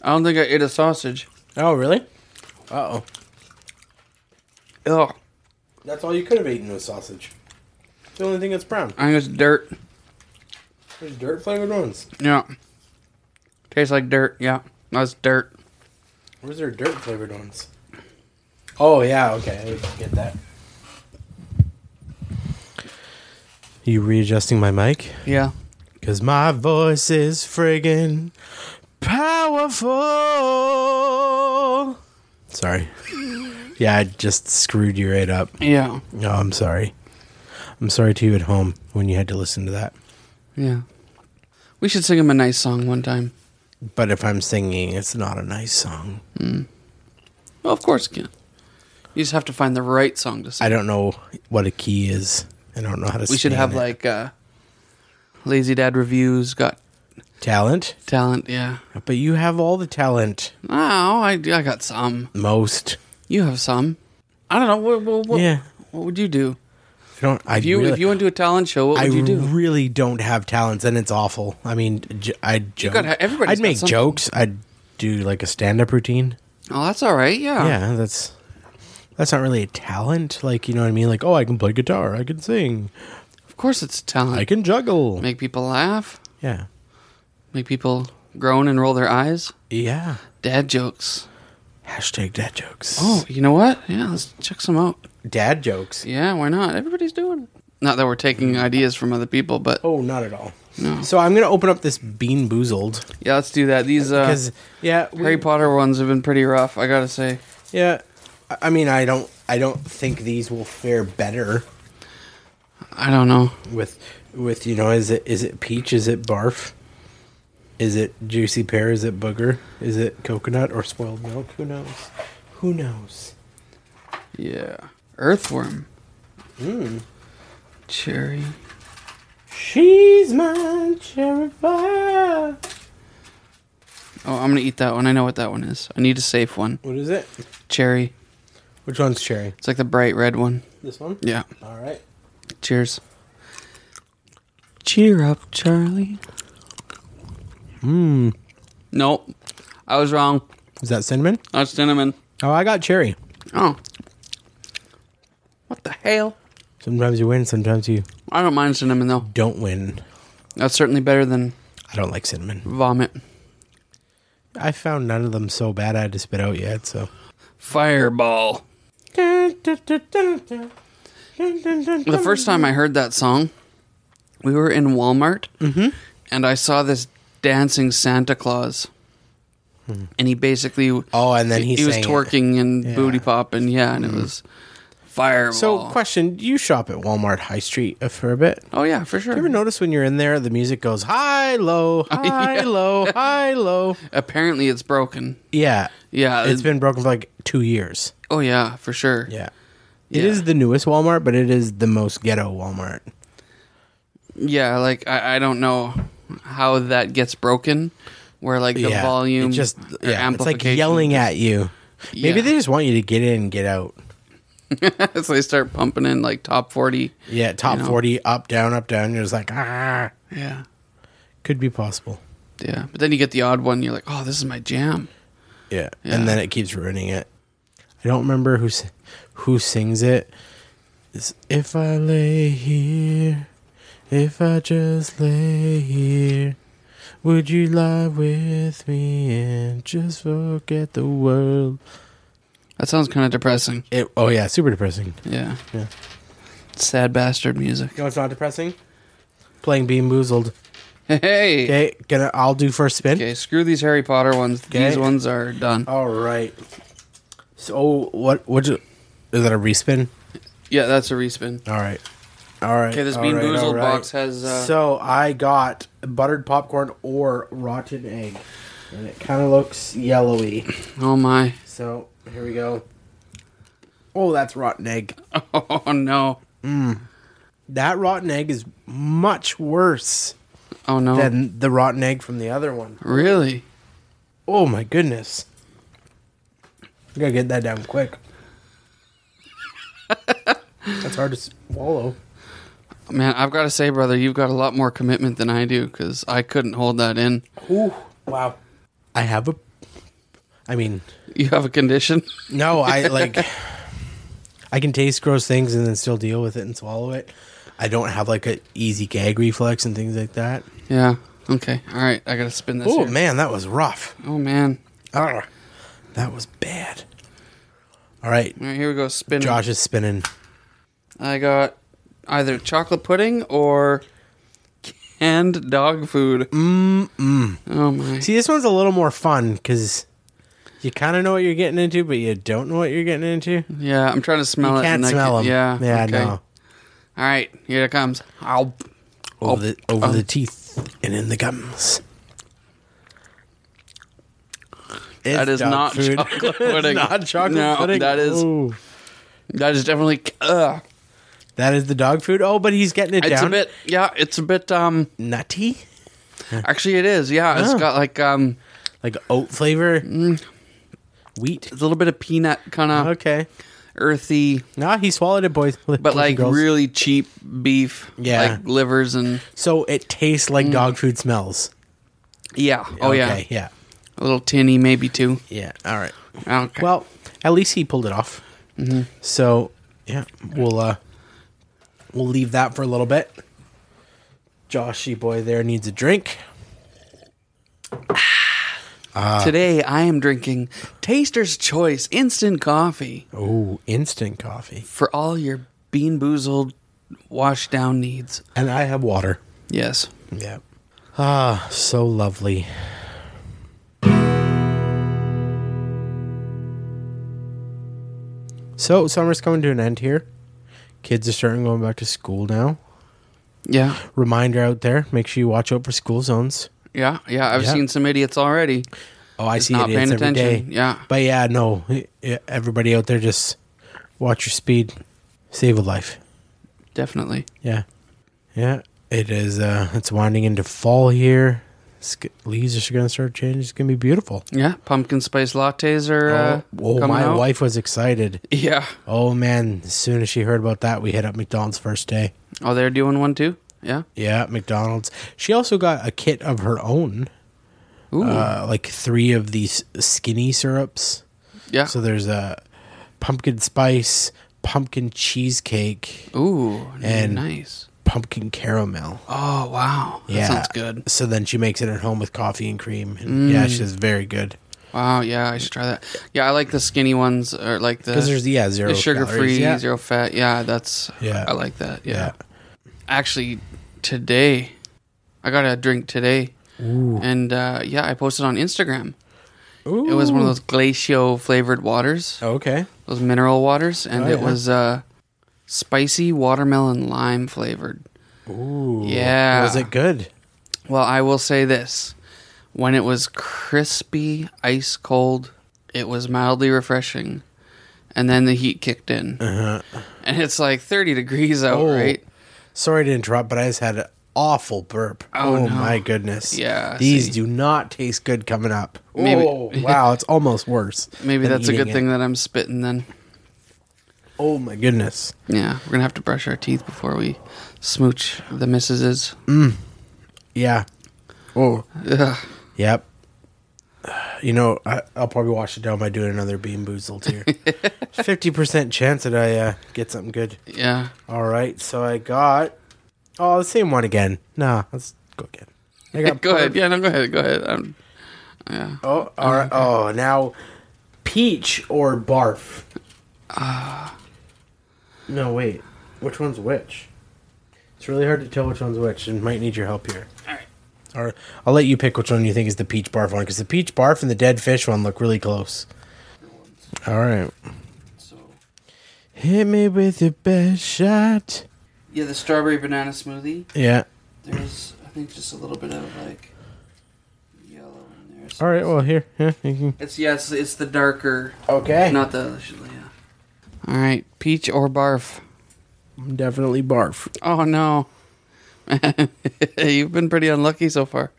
[SPEAKER 1] I don't think I ate a sausage.
[SPEAKER 3] Oh, really? Uh oh.
[SPEAKER 1] Ew.
[SPEAKER 5] That's all you could have eaten was sausage.
[SPEAKER 3] It's the only thing that's brown.
[SPEAKER 1] I think it's dirt.
[SPEAKER 5] There's dirt flavored ones.
[SPEAKER 1] Yeah. Tastes like dirt. Yeah. That's dirt.
[SPEAKER 5] Where's there dirt flavored ones? Oh yeah, okay, I get that.
[SPEAKER 3] You readjusting my mic?
[SPEAKER 1] Yeah.
[SPEAKER 3] Cause my voice is friggin' powerful. Sorry. Yeah, I just screwed you right up.
[SPEAKER 1] Yeah.
[SPEAKER 3] No, I'm sorry. I'm sorry to you at home when you had to listen to that.
[SPEAKER 1] Yeah. We should sing him a nice song one time.
[SPEAKER 3] But if I'm singing, it's not a nice song.
[SPEAKER 1] Well, of course, you can. You just have to find the right song to sing.
[SPEAKER 3] I don't know what a key is. I don't know how to
[SPEAKER 1] we should
[SPEAKER 3] stand
[SPEAKER 1] have
[SPEAKER 3] it.
[SPEAKER 1] like uh, Lazy Dad Reviews Got
[SPEAKER 3] talent.
[SPEAKER 1] Talent. Yeah.
[SPEAKER 3] But you have all the talent.
[SPEAKER 1] No, I, I got some.
[SPEAKER 3] Most.
[SPEAKER 1] You have some. I don't know. What, what, what,
[SPEAKER 3] Yeah.
[SPEAKER 1] what would you do?
[SPEAKER 3] I don't I
[SPEAKER 1] If you,
[SPEAKER 3] really,
[SPEAKER 1] if you went to a talent show, what would
[SPEAKER 3] I
[SPEAKER 1] you do?
[SPEAKER 3] really don't have talents, and it's awful. I mean, j- I'd joke.
[SPEAKER 1] gotta ha- everybody's
[SPEAKER 3] I'd
[SPEAKER 1] got
[SPEAKER 3] make
[SPEAKER 1] something.
[SPEAKER 3] jokes. I'd do like a stand-up routine.
[SPEAKER 1] Oh, that's all right. Yeah.
[SPEAKER 3] Yeah, that's that's not really a talent. Like you know what I mean? Like oh, I can play guitar. I can sing.
[SPEAKER 1] Of course, it's a talent.
[SPEAKER 3] I can juggle.
[SPEAKER 1] make people laugh.
[SPEAKER 3] yeah,
[SPEAKER 1] Make people groan and roll their eyes.
[SPEAKER 3] yeah.
[SPEAKER 1] Dad jokes.
[SPEAKER 3] Hashtag dad jokes.
[SPEAKER 1] Oh, you know what? Yeah, let's check some out.
[SPEAKER 3] dad jokes.
[SPEAKER 1] Yeah, why not? Everybody's doing it. Not that we're taking ideas from other people, but
[SPEAKER 3] Oh, not at all.
[SPEAKER 1] No.
[SPEAKER 3] So I'm gonna open up this Bean Boozled
[SPEAKER 1] yeah, let's do that. These uh,
[SPEAKER 3] because yeah, we-
[SPEAKER 1] Harry Potter ones have been pretty rough, I gotta say.
[SPEAKER 3] yeah. I- I mean, I don't, I don't think these will fare better
[SPEAKER 1] I don't know.
[SPEAKER 3] with with you know is it is it peach is it barf is it juicy pear is it booger is it coconut or spoiled milk who knows who knows
[SPEAKER 1] Yeah. Earthworm.
[SPEAKER 3] Hmm.
[SPEAKER 1] Cherry.
[SPEAKER 3] she's my cherry pie
[SPEAKER 1] Oh, I'm gonna eat that one. I know what that one is. I need a safe one.
[SPEAKER 3] what is it
[SPEAKER 1] Cherry.
[SPEAKER 3] which one's cherry
[SPEAKER 1] It's like the bright red one.
[SPEAKER 3] this one
[SPEAKER 1] Yeah.
[SPEAKER 3] all right
[SPEAKER 1] Cheers. Cheer up, Charlie.
[SPEAKER 3] mm.
[SPEAKER 1] Nope. I was wrong.
[SPEAKER 3] is that cinnamon
[SPEAKER 1] That's cinnamon.
[SPEAKER 3] oh i got cherry
[SPEAKER 1] Oh. What the hell?
[SPEAKER 3] sometimes you win sometimes you
[SPEAKER 1] I don't mind cinnamon though.
[SPEAKER 3] don't win
[SPEAKER 1] That's certainly better than
[SPEAKER 3] i don't like cinnamon
[SPEAKER 1] vomit.
[SPEAKER 3] i found none of them so bad i had to spit out yet so
[SPEAKER 1] Fireball.
[SPEAKER 3] Oh,
[SPEAKER 1] The first time I heard that song, we were
[SPEAKER 3] Mm-hmm.
[SPEAKER 1] in Walmart, and I saw this dancing Santa Claus. and he basically
[SPEAKER 3] Hmm. Oh, and then he,
[SPEAKER 1] he was
[SPEAKER 3] sang it.
[SPEAKER 1] twerking and
[SPEAKER 3] Yeah. Hmm.
[SPEAKER 1] booty popping. Yeah, and it was fireball.
[SPEAKER 3] So, question: Do you shop at Walmart High Street for a bit?
[SPEAKER 1] oh yeah, for sure.
[SPEAKER 3] You ever notice when you're in there, the music goes
[SPEAKER 1] [laughs]
[SPEAKER 3] high, low, high, low, high, low?
[SPEAKER 1] Apparently, it's broken.
[SPEAKER 3] Yeah,
[SPEAKER 1] Yeah,
[SPEAKER 3] it's been broken for like two years.
[SPEAKER 1] Oh yeah, for sure.
[SPEAKER 3] Yeah. It is
[SPEAKER 1] Yeah.
[SPEAKER 3] the newest Walmart, but it is the most ghetto Walmart.
[SPEAKER 1] Yeah, like I, I don't know how that gets broken, where like the
[SPEAKER 3] yeah.
[SPEAKER 1] volume
[SPEAKER 3] it just
[SPEAKER 1] or
[SPEAKER 3] yeah, it's like
[SPEAKER 1] amplification-
[SPEAKER 3] yelling at you. Maybe
[SPEAKER 1] Yeah.
[SPEAKER 3] they just want you to get in and get out.
[SPEAKER 1] [laughs] so they start pumping in like top forty.
[SPEAKER 3] Yeah, top
[SPEAKER 1] You know.
[SPEAKER 3] forty, up, down, up, down. You're just like ah,
[SPEAKER 1] Yeah,
[SPEAKER 3] could be possible.
[SPEAKER 1] yeah. But then you get the odd one. You're like, oh, this is my jam.
[SPEAKER 3] Yeah.
[SPEAKER 1] Yeah.
[SPEAKER 3] and then it keeps ruining it. I don't remember who s- who sings it. It's, if I lay here, if I just lay here, would you lie with me and just forget the world?
[SPEAKER 1] That sounds kind of depressing.
[SPEAKER 3] It, oh yeah, super depressing.
[SPEAKER 1] Yeah.
[SPEAKER 3] Yeah.
[SPEAKER 1] Sad bastard music. [laughs]
[SPEAKER 3] No, it's not depressing. Playing Bean Boozled.
[SPEAKER 1] Hey. Okay.
[SPEAKER 3] Okay, gonna I'll do first spin.
[SPEAKER 1] Screw these Harry Potter ones.
[SPEAKER 3] Okay.
[SPEAKER 1] These ones are done.
[SPEAKER 3] All right. So what? What is that a respin?
[SPEAKER 1] Yeah, that's a respin.
[SPEAKER 3] All right. All right.
[SPEAKER 1] Okay, this
[SPEAKER 3] all
[SPEAKER 1] Bean
[SPEAKER 3] right,
[SPEAKER 1] Boozled
[SPEAKER 3] all right.
[SPEAKER 1] box has, uh,
[SPEAKER 3] so I got buttered popcorn or rotten egg, and it kind of looks yellowy.
[SPEAKER 1] Oh my. [laughs]
[SPEAKER 3] So here we go. Oh, that's rotten egg.
[SPEAKER 1] Oh no.
[SPEAKER 3] That rotten egg is much worse
[SPEAKER 1] Oh no.
[SPEAKER 3] than the rotten egg from the other one.
[SPEAKER 1] Really?
[SPEAKER 3] Oh my goodness. I gotta get that down quick. That's hard to swallow.
[SPEAKER 1] Man, I've got to say, brother, you've got a lot more commitment than I do because I couldn't hold that in. [laughs]
[SPEAKER 3] Ooh, wow. I have a. I mean,
[SPEAKER 1] You have a condition? [laughs]
[SPEAKER 3] no, I like. I can taste gross things and then still deal with it and swallow it. I don't have like a easy gag reflex and things like that.
[SPEAKER 1] yeah. Okay. All right. I got to spin this.
[SPEAKER 3] Oh
[SPEAKER 1] here.
[SPEAKER 3] man, that was rough.
[SPEAKER 1] Oh, man.
[SPEAKER 3] Ah, that was bad. All right,
[SPEAKER 1] All right. Here we go. Spin.
[SPEAKER 3] Josh is spinning.
[SPEAKER 1] I got either chocolate pudding or canned dog food. Mm-mm. Oh, my.
[SPEAKER 3] See, this one's a little more fun because you kind of know what you're getting into, but you don't know what you're getting into. You
[SPEAKER 1] Yeah. I'm trying to smell it.
[SPEAKER 3] can't
[SPEAKER 1] and I
[SPEAKER 3] smell them.
[SPEAKER 1] Yeah.
[SPEAKER 3] yeah,
[SPEAKER 1] okay.
[SPEAKER 3] no.
[SPEAKER 1] All right. Here it comes. Ow.
[SPEAKER 3] Over
[SPEAKER 1] Oh,
[SPEAKER 3] the over the teeth and in the gums. It's
[SPEAKER 1] That is
[SPEAKER 3] dog
[SPEAKER 1] not
[SPEAKER 3] food. [laughs]
[SPEAKER 1] chocolate pudding.
[SPEAKER 3] not chocolate
[SPEAKER 1] no,
[SPEAKER 3] pudding.
[SPEAKER 1] That is,
[SPEAKER 3] Ooh.
[SPEAKER 1] that is definitely. Uh,
[SPEAKER 3] that is the dog food. Oh, but he's getting it
[SPEAKER 1] it's
[SPEAKER 3] down.
[SPEAKER 1] a bit. Yeah. It's a bit. Um.
[SPEAKER 3] nutty,
[SPEAKER 1] Actually, it is. Yeah, it's
[SPEAKER 3] Oh.
[SPEAKER 1] got like um
[SPEAKER 3] like oat flavor,
[SPEAKER 1] Mm.
[SPEAKER 3] wheat.
[SPEAKER 1] a little bit of peanut kind of
[SPEAKER 3] Okay,
[SPEAKER 1] earthy,
[SPEAKER 3] nah, he swallowed it, boys.
[SPEAKER 1] but like
[SPEAKER 3] real.
[SPEAKER 1] really cheap beef.
[SPEAKER 3] Yeah.
[SPEAKER 1] like livers and
[SPEAKER 3] so it tastes like dog food smells.
[SPEAKER 1] yeah. Mm. Oh yeah,
[SPEAKER 3] Okay, yeah,
[SPEAKER 1] a little tinny maybe too.
[SPEAKER 3] yeah. All right.
[SPEAKER 1] Okay.
[SPEAKER 3] Well, at least he pulled it off. So Mm-hmm. yeah, we'll uh, we'll leave that for a little bit. Joshy boy there needs a drink. Uh,
[SPEAKER 1] today I am drinking Taster's Choice instant coffee
[SPEAKER 3] Oh, instant coffee.
[SPEAKER 1] for all your bean boozled wash down needs.
[SPEAKER 3] And I have water.
[SPEAKER 1] Yes.
[SPEAKER 3] Yeah. Ah, so lovely. So summer's coming to an end here. Kids are starting going back to school now.
[SPEAKER 1] Yeah.
[SPEAKER 3] Reminder out there: make sure you watch out for school zones.
[SPEAKER 1] Yeah. Yeah. I've
[SPEAKER 3] Yeah.
[SPEAKER 1] seen some idiots already.
[SPEAKER 3] Oh, I see
[SPEAKER 1] not
[SPEAKER 3] idiots
[SPEAKER 1] paying
[SPEAKER 3] every
[SPEAKER 1] attention.
[SPEAKER 3] day.
[SPEAKER 1] Yeah.
[SPEAKER 3] But yeah, no, yeah, everybody out there, just watch your speed, save a life.
[SPEAKER 1] Definitely.
[SPEAKER 3] Yeah, yeah. It is. uh It's winding into fall here. It's, g- leaves are going to start changing. It's going to be beautiful.
[SPEAKER 1] Yeah. Pumpkin spice lattes are. Uh,
[SPEAKER 3] oh, oh,
[SPEAKER 1] coming
[SPEAKER 3] my
[SPEAKER 1] out.
[SPEAKER 3] wife was excited.
[SPEAKER 1] Yeah.
[SPEAKER 3] Oh man! As soon as she heard about that, we hit up McDonald's first day.
[SPEAKER 1] Oh, they're doing one too. Yeah.
[SPEAKER 3] Yeah, McDonald's. She also got a kit of her own,
[SPEAKER 1] Ooh.
[SPEAKER 3] uh, like three of these skinny syrups.
[SPEAKER 1] yeah.
[SPEAKER 3] So there's a pumpkin spice, pumpkin cheesecake,
[SPEAKER 1] Ooh,
[SPEAKER 3] And-
[SPEAKER 1] nice.
[SPEAKER 3] pumpkin caramel.
[SPEAKER 1] Oh wow, that
[SPEAKER 3] yeah,
[SPEAKER 1] sounds good. Mm.
[SPEAKER 3] So then she makes it at home with coffee and cream. And Yeah, she's very good
[SPEAKER 1] Wow, yeah, I should try that. Yeah, I like the skinny ones or like the
[SPEAKER 3] because there's yeah zero
[SPEAKER 1] the sugar
[SPEAKER 3] calories.
[SPEAKER 1] free,
[SPEAKER 3] Yeah.
[SPEAKER 1] zero fat. Yeah, that's
[SPEAKER 3] Yeah.
[SPEAKER 1] I like that. Yeah.
[SPEAKER 3] Yeah.
[SPEAKER 1] actually, today I got a drink today, and uh, yeah, I posted on Instagram. It was one of those glacio flavored waters,
[SPEAKER 3] Oh, Okay.
[SPEAKER 1] those mineral waters, and
[SPEAKER 3] Oh,
[SPEAKER 1] it
[SPEAKER 3] yeah.
[SPEAKER 1] was uh, spicy watermelon lime flavored.
[SPEAKER 3] Ooh.
[SPEAKER 1] Yeah.
[SPEAKER 3] Was it good?
[SPEAKER 1] Well, I will say this. When it was crispy, ice cold, it was mildly refreshing. And then the heat kicked in. And it's like 30 degrees out,
[SPEAKER 3] Uh-huh. Oh.
[SPEAKER 1] right?
[SPEAKER 3] Sorry to interrupt, but I just had an awful burp.
[SPEAKER 1] Oh, no.
[SPEAKER 3] my goodness.
[SPEAKER 1] Yeah, I
[SPEAKER 3] These
[SPEAKER 1] see.
[SPEAKER 3] do not taste good coming up.
[SPEAKER 1] Maybe-
[SPEAKER 3] Oh, wow. It's almost worse.
[SPEAKER 1] [laughs] Maybe
[SPEAKER 3] than
[SPEAKER 1] that's a good
[SPEAKER 3] eating it.
[SPEAKER 1] thing that I'm spitting then.
[SPEAKER 3] Oh, my goodness.
[SPEAKER 1] Yeah, we're going to have to brush our teeth before we smooch the missuses.
[SPEAKER 3] Yeah. Oh.
[SPEAKER 1] Ugh.
[SPEAKER 3] Yep. You know, I, I'll probably wash it down by doing another Bean Boozled here.
[SPEAKER 1] [laughs]
[SPEAKER 3] 50% chance that I uh, get something good.
[SPEAKER 1] Yeah.
[SPEAKER 3] All right, so I got. Oh, the same one again. Nah, let's go again. I got
[SPEAKER 1] [laughs] go ahead. Yeah, no, go ahead. Go ahead. Um,
[SPEAKER 3] Oh, all right. Oh, now peach or barf? Ah. no, wait. Which one's which? It's really hard to tell which one's which, and might need your help here. All right. Or I'll let you pick which one you think is the peach barf one, because the peach barf and the dead fish one look really close. All right. Hit me with your best shot.
[SPEAKER 1] yeah, the strawberry banana smoothie.
[SPEAKER 3] Yeah.
[SPEAKER 1] There's, I think, just a little bit of like yellow in there.
[SPEAKER 3] All right. Well, here. Yeah, you can.
[SPEAKER 1] It's, yeah, it's, it's the darker.
[SPEAKER 3] Okay.
[SPEAKER 1] Not the yeah. All right, peach or barf?
[SPEAKER 3] Definitely barf.
[SPEAKER 1] Oh no, [laughs] you've been pretty unlucky so far.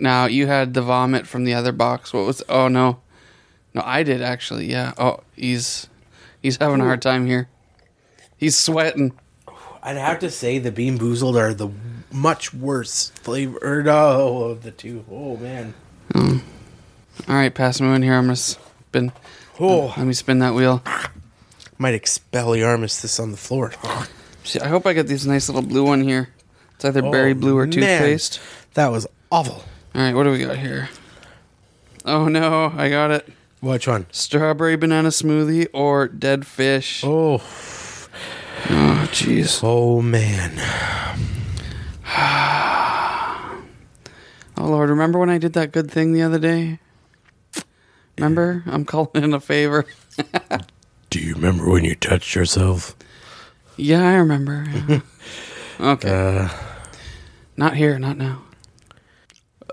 [SPEAKER 1] Now you had the vomit from the other box. What was? Oh no, no, I did actually. Yeah. Oh, he's he's having a hard time here. He's sweating.
[SPEAKER 3] I'd have to say the Bean Boozled are the much worse flavored oh, of the two. Oh man.
[SPEAKER 1] All right, pass him in here. I'm gonna spin.
[SPEAKER 3] Oh,
[SPEAKER 1] Let me spin that wheel.
[SPEAKER 3] might expel the armistice this on the floor.
[SPEAKER 1] See, I hope I get this nice little blue one here. It's either berry blue or
[SPEAKER 3] man.
[SPEAKER 1] toothpaste.
[SPEAKER 3] That was awful.
[SPEAKER 1] All right, what do we got here? Oh no, I got it.
[SPEAKER 3] Which one?
[SPEAKER 1] strawberry banana smoothie or dead fish. Oh,
[SPEAKER 3] Oh,
[SPEAKER 1] jeez.
[SPEAKER 3] oh man.
[SPEAKER 1] Oh, Lord. Remember when I did that good thing the other day? Remember? I'm calling in a favor.
[SPEAKER 3] Do you remember when you touched yourself?
[SPEAKER 1] Yeah, I remember.
[SPEAKER 3] [laughs]
[SPEAKER 1] yeah. okay.
[SPEAKER 3] Uh,
[SPEAKER 1] not here, not now.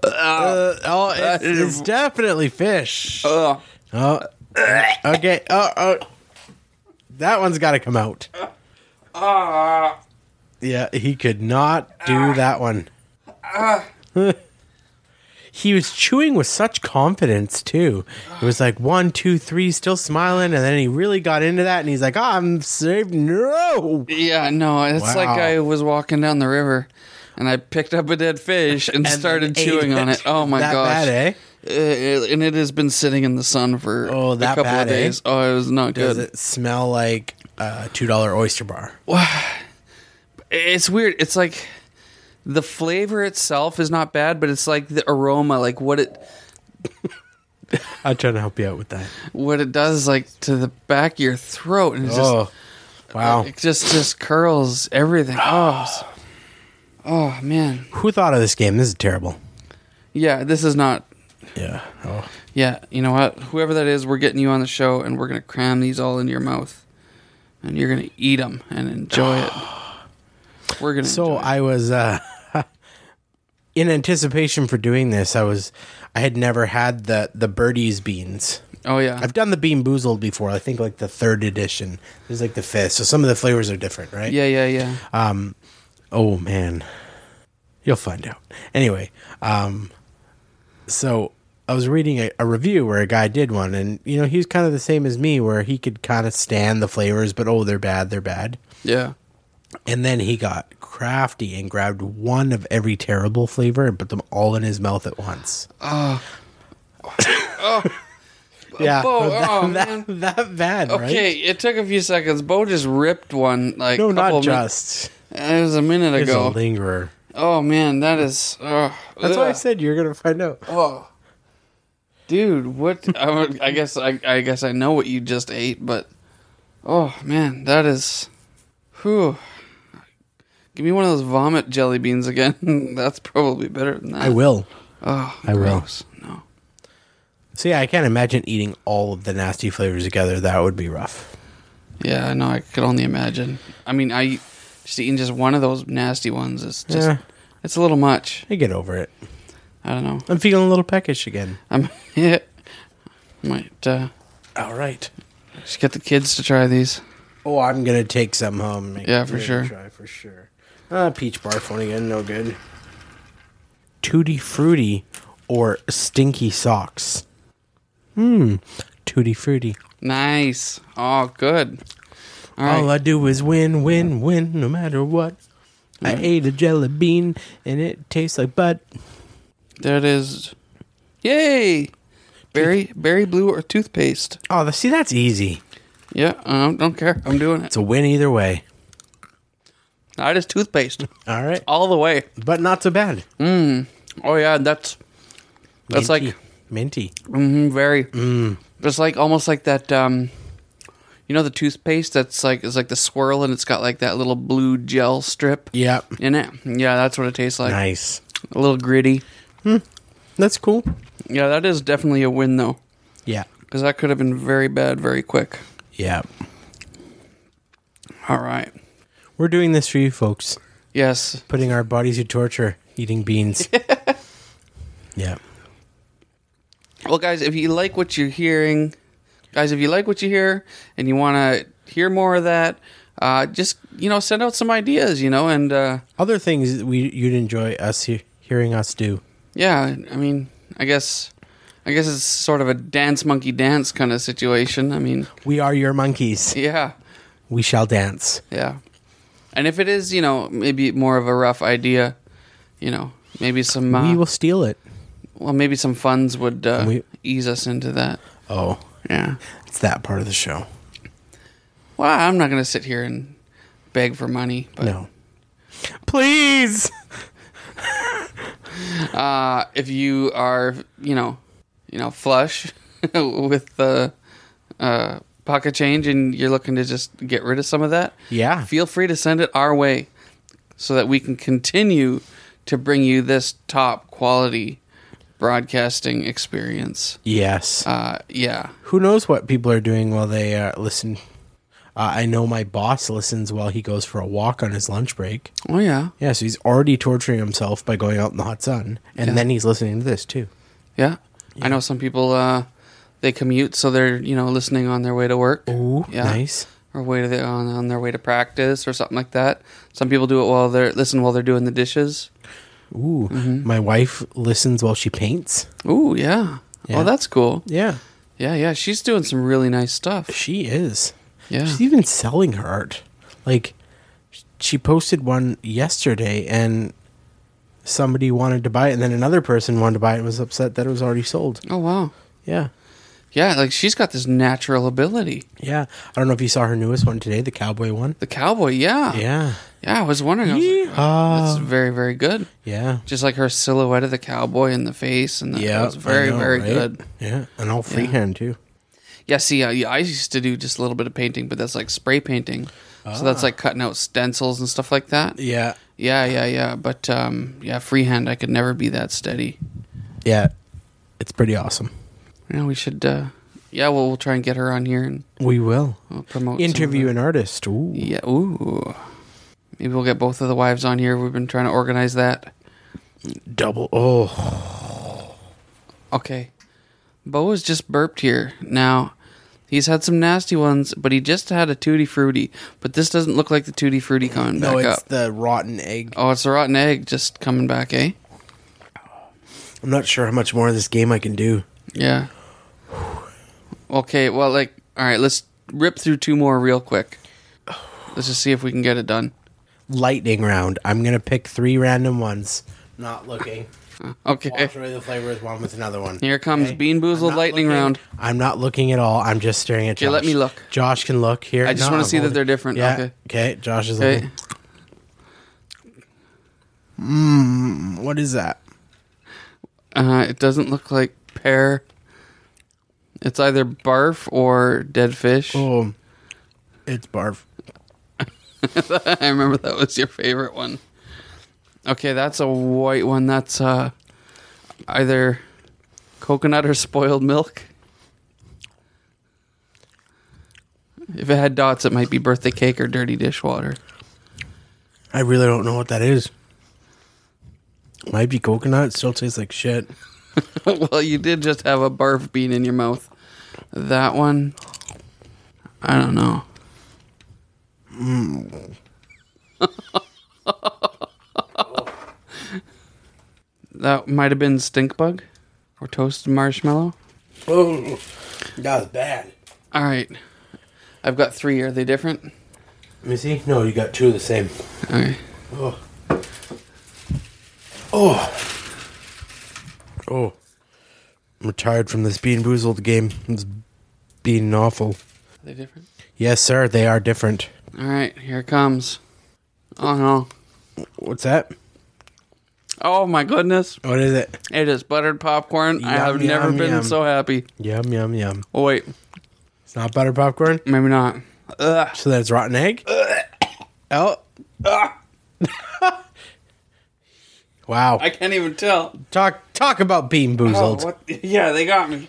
[SPEAKER 3] uh, oh, it's, it's definitely fish.
[SPEAKER 1] Ugh.
[SPEAKER 3] Oh, okay. Oh, oh, that one's got to come out.
[SPEAKER 1] Uh.
[SPEAKER 3] Yeah, he could not do that one.
[SPEAKER 1] Uh.
[SPEAKER 3] he was chewing with such confidence too. It was like one, two, three, still smiling, and then he really got into that, and he's like, oh, "I'm saved." No,
[SPEAKER 1] Yeah, no, it's like
[SPEAKER 3] Wow.
[SPEAKER 1] I was walking down the river and I picked up a dead fish
[SPEAKER 3] [laughs]
[SPEAKER 1] and, started
[SPEAKER 3] ate
[SPEAKER 1] chewing on it. Oh, my
[SPEAKER 3] that
[SPEAKER 1] gosh.
[SPEAKER 3] bad, eh?
[SPEAKER 1] Uh, and it has been sitting in the sun for
[SPEAKER 3] Oh,
[SPEAKER 1] a
[SPEAKER 3] that
[SPEAKER 1] couple
[SPEAKER 3] bad,
[SPEAKER 1] of
[SPEAKER 3] eh?
[SPEAKER 1] days. Oh, it was not
[SPEAKER 3] Does
[SPEAKER 1] good.
[SPEAKER 3] it smell like a two dollar oyster bar?
[SPEAKER 1] it's weird. It's like the flavor itself is not bad, but it's like the aroma, like what it
[SPEAKER 3] I'm trying to help you out with that.
[SPEAKER 1] what it does, like to the back of your throat, and it's just
[SPEAKER 3] oh, wow.
[SPEAKER 1] it just just curls
[SPEAKER 3] [gasps]
[SPEAKER 1] everything. Oh, it's- oh man,
[SPEAKER 3] Who thought of this game? This is terrible.
[SPEAKER 1] yeah. This is not.
[SPEAKER 3] Yeah. Oh.
[SPEAKER 1] Yeah, you know what? Whoever that is, we're getting you on the show, and we're gonna cram these all into your mouth, and you're gonna eat them and enjoy
[SPEAKER 3] [sighs]
[SPEAKER 1] it. We're gonna.
[SPEAKER 3] So
[SPEAKER 1] enjoy it.
[SPEAKER 3] I was uh [laughs] in anticipation for doing this, I was I had never had the the birdies beans.
[SPEAKER 1] oh yeah,
[SPEAKER 3] I've done the bean boozled before, I think like the third edition. There's like the fifth. So some of the flavors are different, right?
[SPEAKER 1] yeah, yeah, yeah.
[SPEAKER 3] Um oh man. You'll find out. Anyway, um so I was reading a, a review where a guy did one and you know, he's kind of the same as me where he could kind of stand the flavors, but oh they're bad, they're bad.
[SPEAKER 1] yeah.
[SPEAKER 3] And then he got crafty and grabbed one of every terrible flavor and put them all in his mouth at once.
[SPEAKER 1] Uh,
[SPEAKER 3] [laughs] yeah,
[SPEAKER 1] Bo,
[SPEAKER 3] [laughs]
[SPEAKER 1] uh,
[SPEAKER 3] that,
[SPEAKER 1] oh,
[SPEAKER 3] that, that bad,
[SPEAKER 1] Okay,
[SPEAKER 3] right?
[SPEAKER 1] it took a few seconds. Bo just ripped one like
[SPEAKER 3] No,
[SPEAKER 1] couple
[SPEAKER 3] not
[SPEAKER 1] of
[SPEAKER 3] just.
[SPEAKER 1] min- it was a minute
[SPEAKER 3] He's a
[SPEAKER 1] ago.
[SPEAKER 3] lingerer.
[SPEAKER 1] Oh man, that is. Uh,
[SPEAKER 3] That's why I said you're gonna find out.
[SPEAKER 1] Oh, dude, what? I, would- I guess I, I guess I know what you just ate, but oh man, that is. Whew. Give me one of those vomit jelly beans [laughs] again. That's probably better than that.
[SPEAKER 3] I will.
[SPEAKER 1] Oh,
[SPEAKER 3] I will.
[SPEAKER 1] gross. No.
[SPEAKER 3] So yeah, I can't imagine eating all of the nasty flavors together. That would be rough.
[SPEAKER 1] Yeah, I know. I could only imagine. I mean, I just eating just one of those nasty ones is just
[SPEAKER 3] Yeah.
[SPEAKER 1] it's a little much.
[SPEAKER 3] I get over it.
[SPEAKER 1] I don't know.
[SPEAKER 3] I'm feeling a little peckish again.
[SPEAKER 1] I'm [laughs] yeah, might uh,
[SPEAKER 3] All right.
[SPEAKER 1] just get the kids to try these.
[SPEAKER 3] Oh, I'm gonna take some home. and make-
[SPEAKER 1] Yeah, for
[SPEAKER 3] give it a
[SPEAKER 1] sure.
[SPEAKER 3] Try for sure. Ah, peach barf one again, no good. Tutti frutti or stinky socks. Hmm. Tutti frutti.
[SPEAKER 1] Nice. Oh, good. All right.
[SPEAKER 3] All I do is win, win, win, no matter what. I
[SPEAKER 1] Mm.
[SPEAKER 3] ate a jelly bean and it tastes like butt.
[SPEAKER 1] there it is. Yay! Berry, berry blue or toothpaste.
[SPEAKER 3] Oh, see, that's easy.
[SPEAKER 1] Yeah, I don't- don't care. I'm doing it.
[SPEAKER 3] It's a win either way.
[SPEAKER 1] That is toothpaste
[SPEAKER 3] All right,
[SPEAKER 1] all the way.
[SPEAKER 3] but not so bad.
[SPEAKER 1] Oh yeah, that's that's
[SPEAKER 3] Minty.
[SPEAKER 1] like
[SPEAKER 3] minty.
[SPEAKER 1] hmm very. It's like almost like that. Um, you know the toothpaste that's like is like the swirl and it's got like that little blue gel strip
[SPEAKER 3] Yep.
[SPEAKER 1] in it. Yeah, that's what it tastes like.
[SPEAKER 3] Nice.
[SPEAKER 1] A little gritty.
[SPEAKER 3] That's cool.
[SPEAKER 1] Yeah, that is definitely a win though,
[SPEAKER 3] Yeah.
[SPEAKER 1] because that could have been very bad very quick.
[SPEAKER 3] Yeah.
[SPEAKER 1] All right.
[SPEAKER 3] We're doing this for you folks.
[SPEAKER 1] Yes.
[SPEAKER 3] Putting our bodies to torture, eating beans. yeah.
[SPEAKER 1] Well, guys, if you like what you're hearing, guys, if you like what you hear and you want to hear more of that, uh, just you know, send out some ideas. You know, and uh,
[SPEAKER 3] Other things that we you'd enjoy us he- hearing us do.
[SPEAKER 1] yeah, I mean, I guess, I guess it's sort of a dance monkey dance kind of situation. I mean,
[SPEAKER 3] We are your monkeys.
[SPEAKER 1] yeah,
[SPEAKER 3] We shall dance.
[SPEAKER 1] yeah. And if it is, you know, maybe more of a rough idea, you know, maybe some uh,
[SPEAKER 3] We will steal it.
[SPEAKER 1] Well, maybe some funds would uh,
[SPEAKER 3] We-
[SPEAKER 1] ease us into that.
[SPEAKER 3] Oh,
[SPEAKER 1] Yeah.
[SPEAKER 3] it's that part of the show.
[SPEAKER 1] Well, I'm not going to sit here and beg for money, but
[SPEAKER 3] No. Please.
[SPEAKER 1] uh, if you are, you know, you know, flush [laughs] with the uh, pocket change and you're looking to just get rid of some of that,
[SPEAKER 3] Yeah.
[SPEAKER 1] feel free to send it our way so that we can continue to bring you this top quality broadcasting experience.
[SPEAKER 3] Yes.
[SPEAKER 1] Uh, yeah.
[SPEAKER 3] Who knows what people are doing while they uh, listen? Uh, I know my boss listens while he goes for a walk on his lunch break.
[SPEAKER 1] Oh yeah.
[SPEAKER 3] Yeah, so he's already torturing himself by going out in the hot sun, and
[SPEAKER 1] Yeah.
[SPEAKER 3] then he's listening to this too.
[SPEAKER 1] Yeah. I know some people uh they commute so they're, you know, listening on their way to work.
[SPEAKER 3] Ooh,
[SPEAKER 1] Yeah.
[SPEAKER 3] nice.
[SPEAKER 1] Or way to the, on, on their way to practice or something like that. Some people do it while they're listen while they're doing the dishes.
[SPEAKER 3] Ooh,
[SPEAKER 1] Mm-hmm.
[SPEAKER 3] my wife listens while she paints.
[SPEAKER 1] Ooh, yeah.
[SPEAKER 3] Yeah.
[SPEAKER 1] Oh, that's cool.
[SPEAKER 3] Yeah,
[SPEAKER 1] Yeah, yeah. She's doing some really nice stuff.
[SPEAKER 3] she is.
[SPEAKER 1] Yeah.
[SPEAKER 3] She's even selling her art. Like, sh- she posted one yesterday, and somebody wanted to buy it, and then another person wanted to buy it and was upset that it was already sold.
[SPEAKER 1] Oh, wow.
[SPEAKER 3] Yeah.
[SPEAKER 1] Yeah, like she's got this natural ability.
[SPEAKER 3] Yeah. I don't know if you saw her newest one today, the cowboy one.
[SPEAKER 1] The cowboy, yeah.
[SPEAKER 3] Yeah.
[SPEAKER 1] Yeah, I was wondering. I was like,
[SPEAKER 3] Yeehaw.
[SPEAKER 1] that's very, very good.
[SPEAKER 3] Yeah.
[SPEAKER 1] Just like her silhouette of the cowboy in the face. And the, yeah. It was very,
[SPEAKER 3] I know,
[SPEAKER 1] very
[SPEAKER 3] right?
[SPEAKER 1] good.
[SPEAKER 3] Yeah. And all freehand, too.
[SPEAKER 1] Yeah, see, I, I used to do just a little bit of painting, but that's like spray painting. So
[SPEAKER 3] Ah.
[SPEAKER 1] that's like cutting out stencils and stuff like that.
[SPEAKER 3] Yeah.
[SPEAKER 1] Yeah, yeah, yeah. But um, yeah, freehand, I could never be that steady.
[SPEAKER 3] Yeah. It's pretty awesome.
[SPEAKER 1] Yeah, we should. Uh, yeah, well, we'll try and get her on here and
[SPEAKER 3] We will.
[SPEAKER 1] we'll promote. some of
[SPEAKER 3] Interview
[SPEAKER 1] the-
[SPEAKER 3] an artist. Ooh.
[SPEAKER 1] Yeah. Ooh. Maybe we'll get both of the wives on here. We've been trying to organize that.
[SPEAKER 3] Double. Oh.
[SPEAKER 1] Okay. Bo has just burped here. Now, he's had some nasty ones, but he just had a tutti frutti. But this doesn't look like the tutti frutti coming back
[SPEAKER 3] No, it's
[SPEAKER 1] up.
[SPEAKER 3] the rotten egg.
[SPEAKER 1] Oh, it's a rotten egg just coming back, eh?
[SPEAKER 3] I'm not sure how much more of this game I can do.
[SPEAKER 1] Yeah. Okay, well, like, all right, let's rip through two more real quick. Let's just see if we can get it done.
[SPEAKER 3] Lightning round. I'm going to pick three random ones. Not looking.
[SPEAKER 1] Okay.
[SPEAKER 3] Wash away the flavor with one with another one.
[SPEAKER 1] Here comes
[SPEAKER 3] Okay?
[SPEAKER 1] Bean Boozled
[SPEAKER 3] I'm not
[SPEAKER 1] lightning
[SPEAKER 3] looking.
[SPEAKER 1] round.
[SPEAKER 3] I'm not looking at all. I'm just staring at
[SPEAKER 1] Okay,
[SPEAKER 3] Josh.
[SPEAKER 1] let me look.
[SPEAKER 3] Josh can look here.
[SPEAKER 1] I just
[SPEAKER 3] No,
[SPEAKER 1] wanna
[SPEAKER 3] I'm
[SPEAKER 1] see that
[SPEAKER 3] holding-
[SPEAKER 1] they're different.
[SPEAKER 3] Yeah.
[SPEAKER 1] Okay.
[SPEAKER 3] Okay. Josh is
[SPEAKER 1] Okay.
[SPEAKER 3] looking. Mm, What is that?
[SPEAKER 1] Uh, it doesn't look like pear. It's either barf or dead fish.
[SPEAKER 3] Oh, it's barf.
[SPEAKER 1] [laughs] I remember that was your favorite one. Okay, that's a white one. That's uh, either Coconut or spoiled milk? If it had dots, it might be birthday cake or dirty dishwater.
[SPEAKER 3] I really don't know what that is. Might be coconut. It still tastes like shit.
[SPEAKER 1] [laughs] well, you did just have a barf bean in your mouth. That one, I don't know. [laughs] that might have been stink bug or toasted marshmallow.
[SPEAKER 3] Oh, that was bad.
[SPEAKER 1] All right, I've got three. Are they different?
[SPEAKER 3] Let me see. No, you got two of the same.
[SPEAKER 1] Okay.
[SPEAKER 3] Oh. Oh. I'm retired from this Bean Boozled game. It's being awful.
[SPEAKER 1] Are they different?
[SPEAKER 3] Yes, sir, they are different.
[SPEAKER 1] All right, here it comes. Oh no!
[SPEAKER 3] What's that?
[SPEAKER 1] Oh my goodness!
[SPEAKER 3] What is it?
[SPEAKER 1] It is buttered popcorn. I
[SPEAKER 3] Yum,
[SPEAKER 1] have never
[SPEAKER 3] yum,
[SPEAKER 1] been
[SPEAKER 3] yum.
[SPEAKER 1] so happy.
[SPEAKER 3] Yum, yum, yum.
[SPEAKER 1] Oh wait,
[SPEAKER 3] It's not butter popcorn?
[SPEAKER 1] maybe not. Ugh.
[SPEAKER 3] So that's rotten
[SPEAKER 1] [coughs]
[SPEAKER 3] egg? Oh. [laughs] wow. Oh,
[SPEAKER 1] I can't even tell.
[SPEAKER 3] talk talk about Bean Boozled.
[SPEAKER 1] what? Yeah, they got me.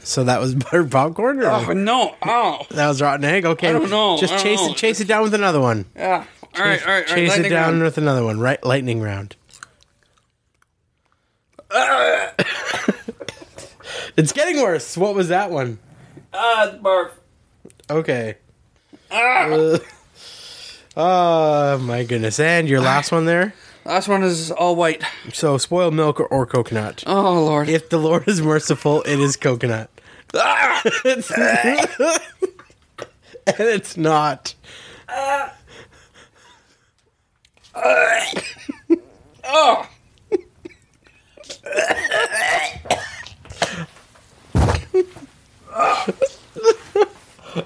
[SPEAKER 3] so that was [laughs] butter popcorn? Or
[SPEAKER 1] Oh no! Oh,
[SPEAKER 3] That was rotten egg? Okay.
[SPEAKER 1] I don't know,
[SPEAKER 3] Just
[SPEAKER 1] I don't
[SPEAKER 3] chase
[SPEAKER 1] know.
[SPEAKER 3] it chase it down with another one.
[SPEAKER 1] yeah. All right, all right, all right.
[SPEAKER 3] Chase it
[SPEAKER 1] lightning
[SPEAKER 3] down
[SPEAKER 1] round.
[SPEAKER 3] with another one. Right, lightning round. [coughs] it's getting worse. What was that one?
[SPEAKER 1] Ah, it's barf.
[SPEAKER 3] Okay. Uh, oh my goodness! And your last one there.
[SPEAKER 1] Last one is all white.
[SPEAKER 3] So spoiled milk or, or coconut.
[SPEAKER 1] Oh lord.
[SPEAKER 3] If the Lord is merciful, it is coconut.
[SPEAKER 1] Ah!
[SPEAKER 3] It's- and it's not.
[SPEAKER 1] Oh.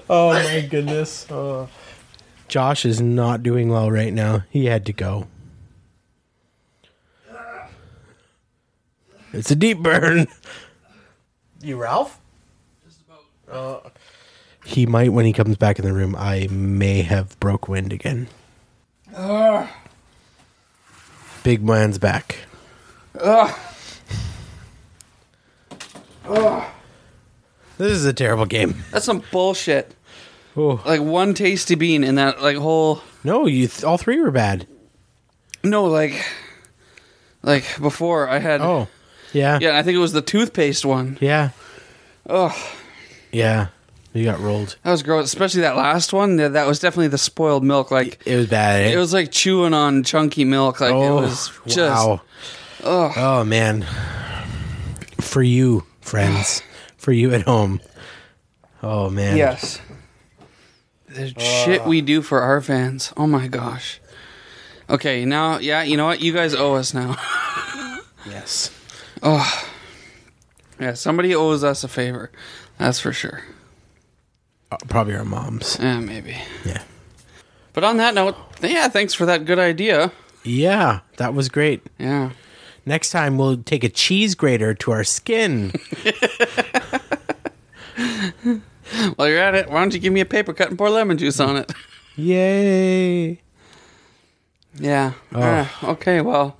[SPEAKER 3] Oh my goodness. Oh. Josh is not doing well right now. He had to go. It's a deep burn. You, Ralph? He might when he comes back in the room. I may have broke wind again. Big man's back. Ah. This is a terrible game.
[SPEAKER 1] That's some bullshit.
[SPEAKER 3] Oh.
[SPEAKER 1] Like one tasty bean in that like whole.
[SPEAKER 3] No, you th- all three were bad.
[SPEAKER 1] No, like, like before I had.
[SPEAKER 3] Oh, yeah,
[SPEAKER 1] Yeah, I think it was the toothpaste one.
[SPEAKER 3] yeah,
[SPEAKER 1] Ugh,
[SPEAKER 3] yeah. You got rolled.
[SPEAKER 1] that was gross. Especially that last one. That that was definitely the spoiled milk. Like
[SPEAKER 3] It was bad. eh?
[SPEAKER 1] it was like chewing on chunky milk. Like it was just.
[SPEAKER 3] Oh. oh man, for you,
[SPEAKER 1] [sighs]
[SPEAKER 3] friends, for you at home. Oh man,
[SPEAKER 1] Yes.
[SPEAKER 3] Uh.
[SPEAKER 1] The shit we do for our fans. Oh my gosh. Okay, now, yeah, you know what? You guys owe us now. [laughs]
[SPEAKER 3] yes.
[SPEAKER 1] yeah, somebody owes us a favor. That's for sure.
[SPEAKER 3] Uh, probably our moms.
[SPEAKER 1] Yeah, maybe.
[SPEAKER 3] Yeah,
[SPEAKER 1] But on that note, yeah, thanks for that good idea.
[SPEAKER 3] yeah, that was great.
[SPEAKER 1] Yeah.
[SPEAKER 3] Next time we'll take a cheese grater to our skin.
[SPEAKER 1] [laughs] While you're at it, why don't you give me a paper cut and pour lemon juice on it? [laughs]
[SPEAKER 3] Yay!
[SPEAKER 1] Yeah. Uh, okay, well,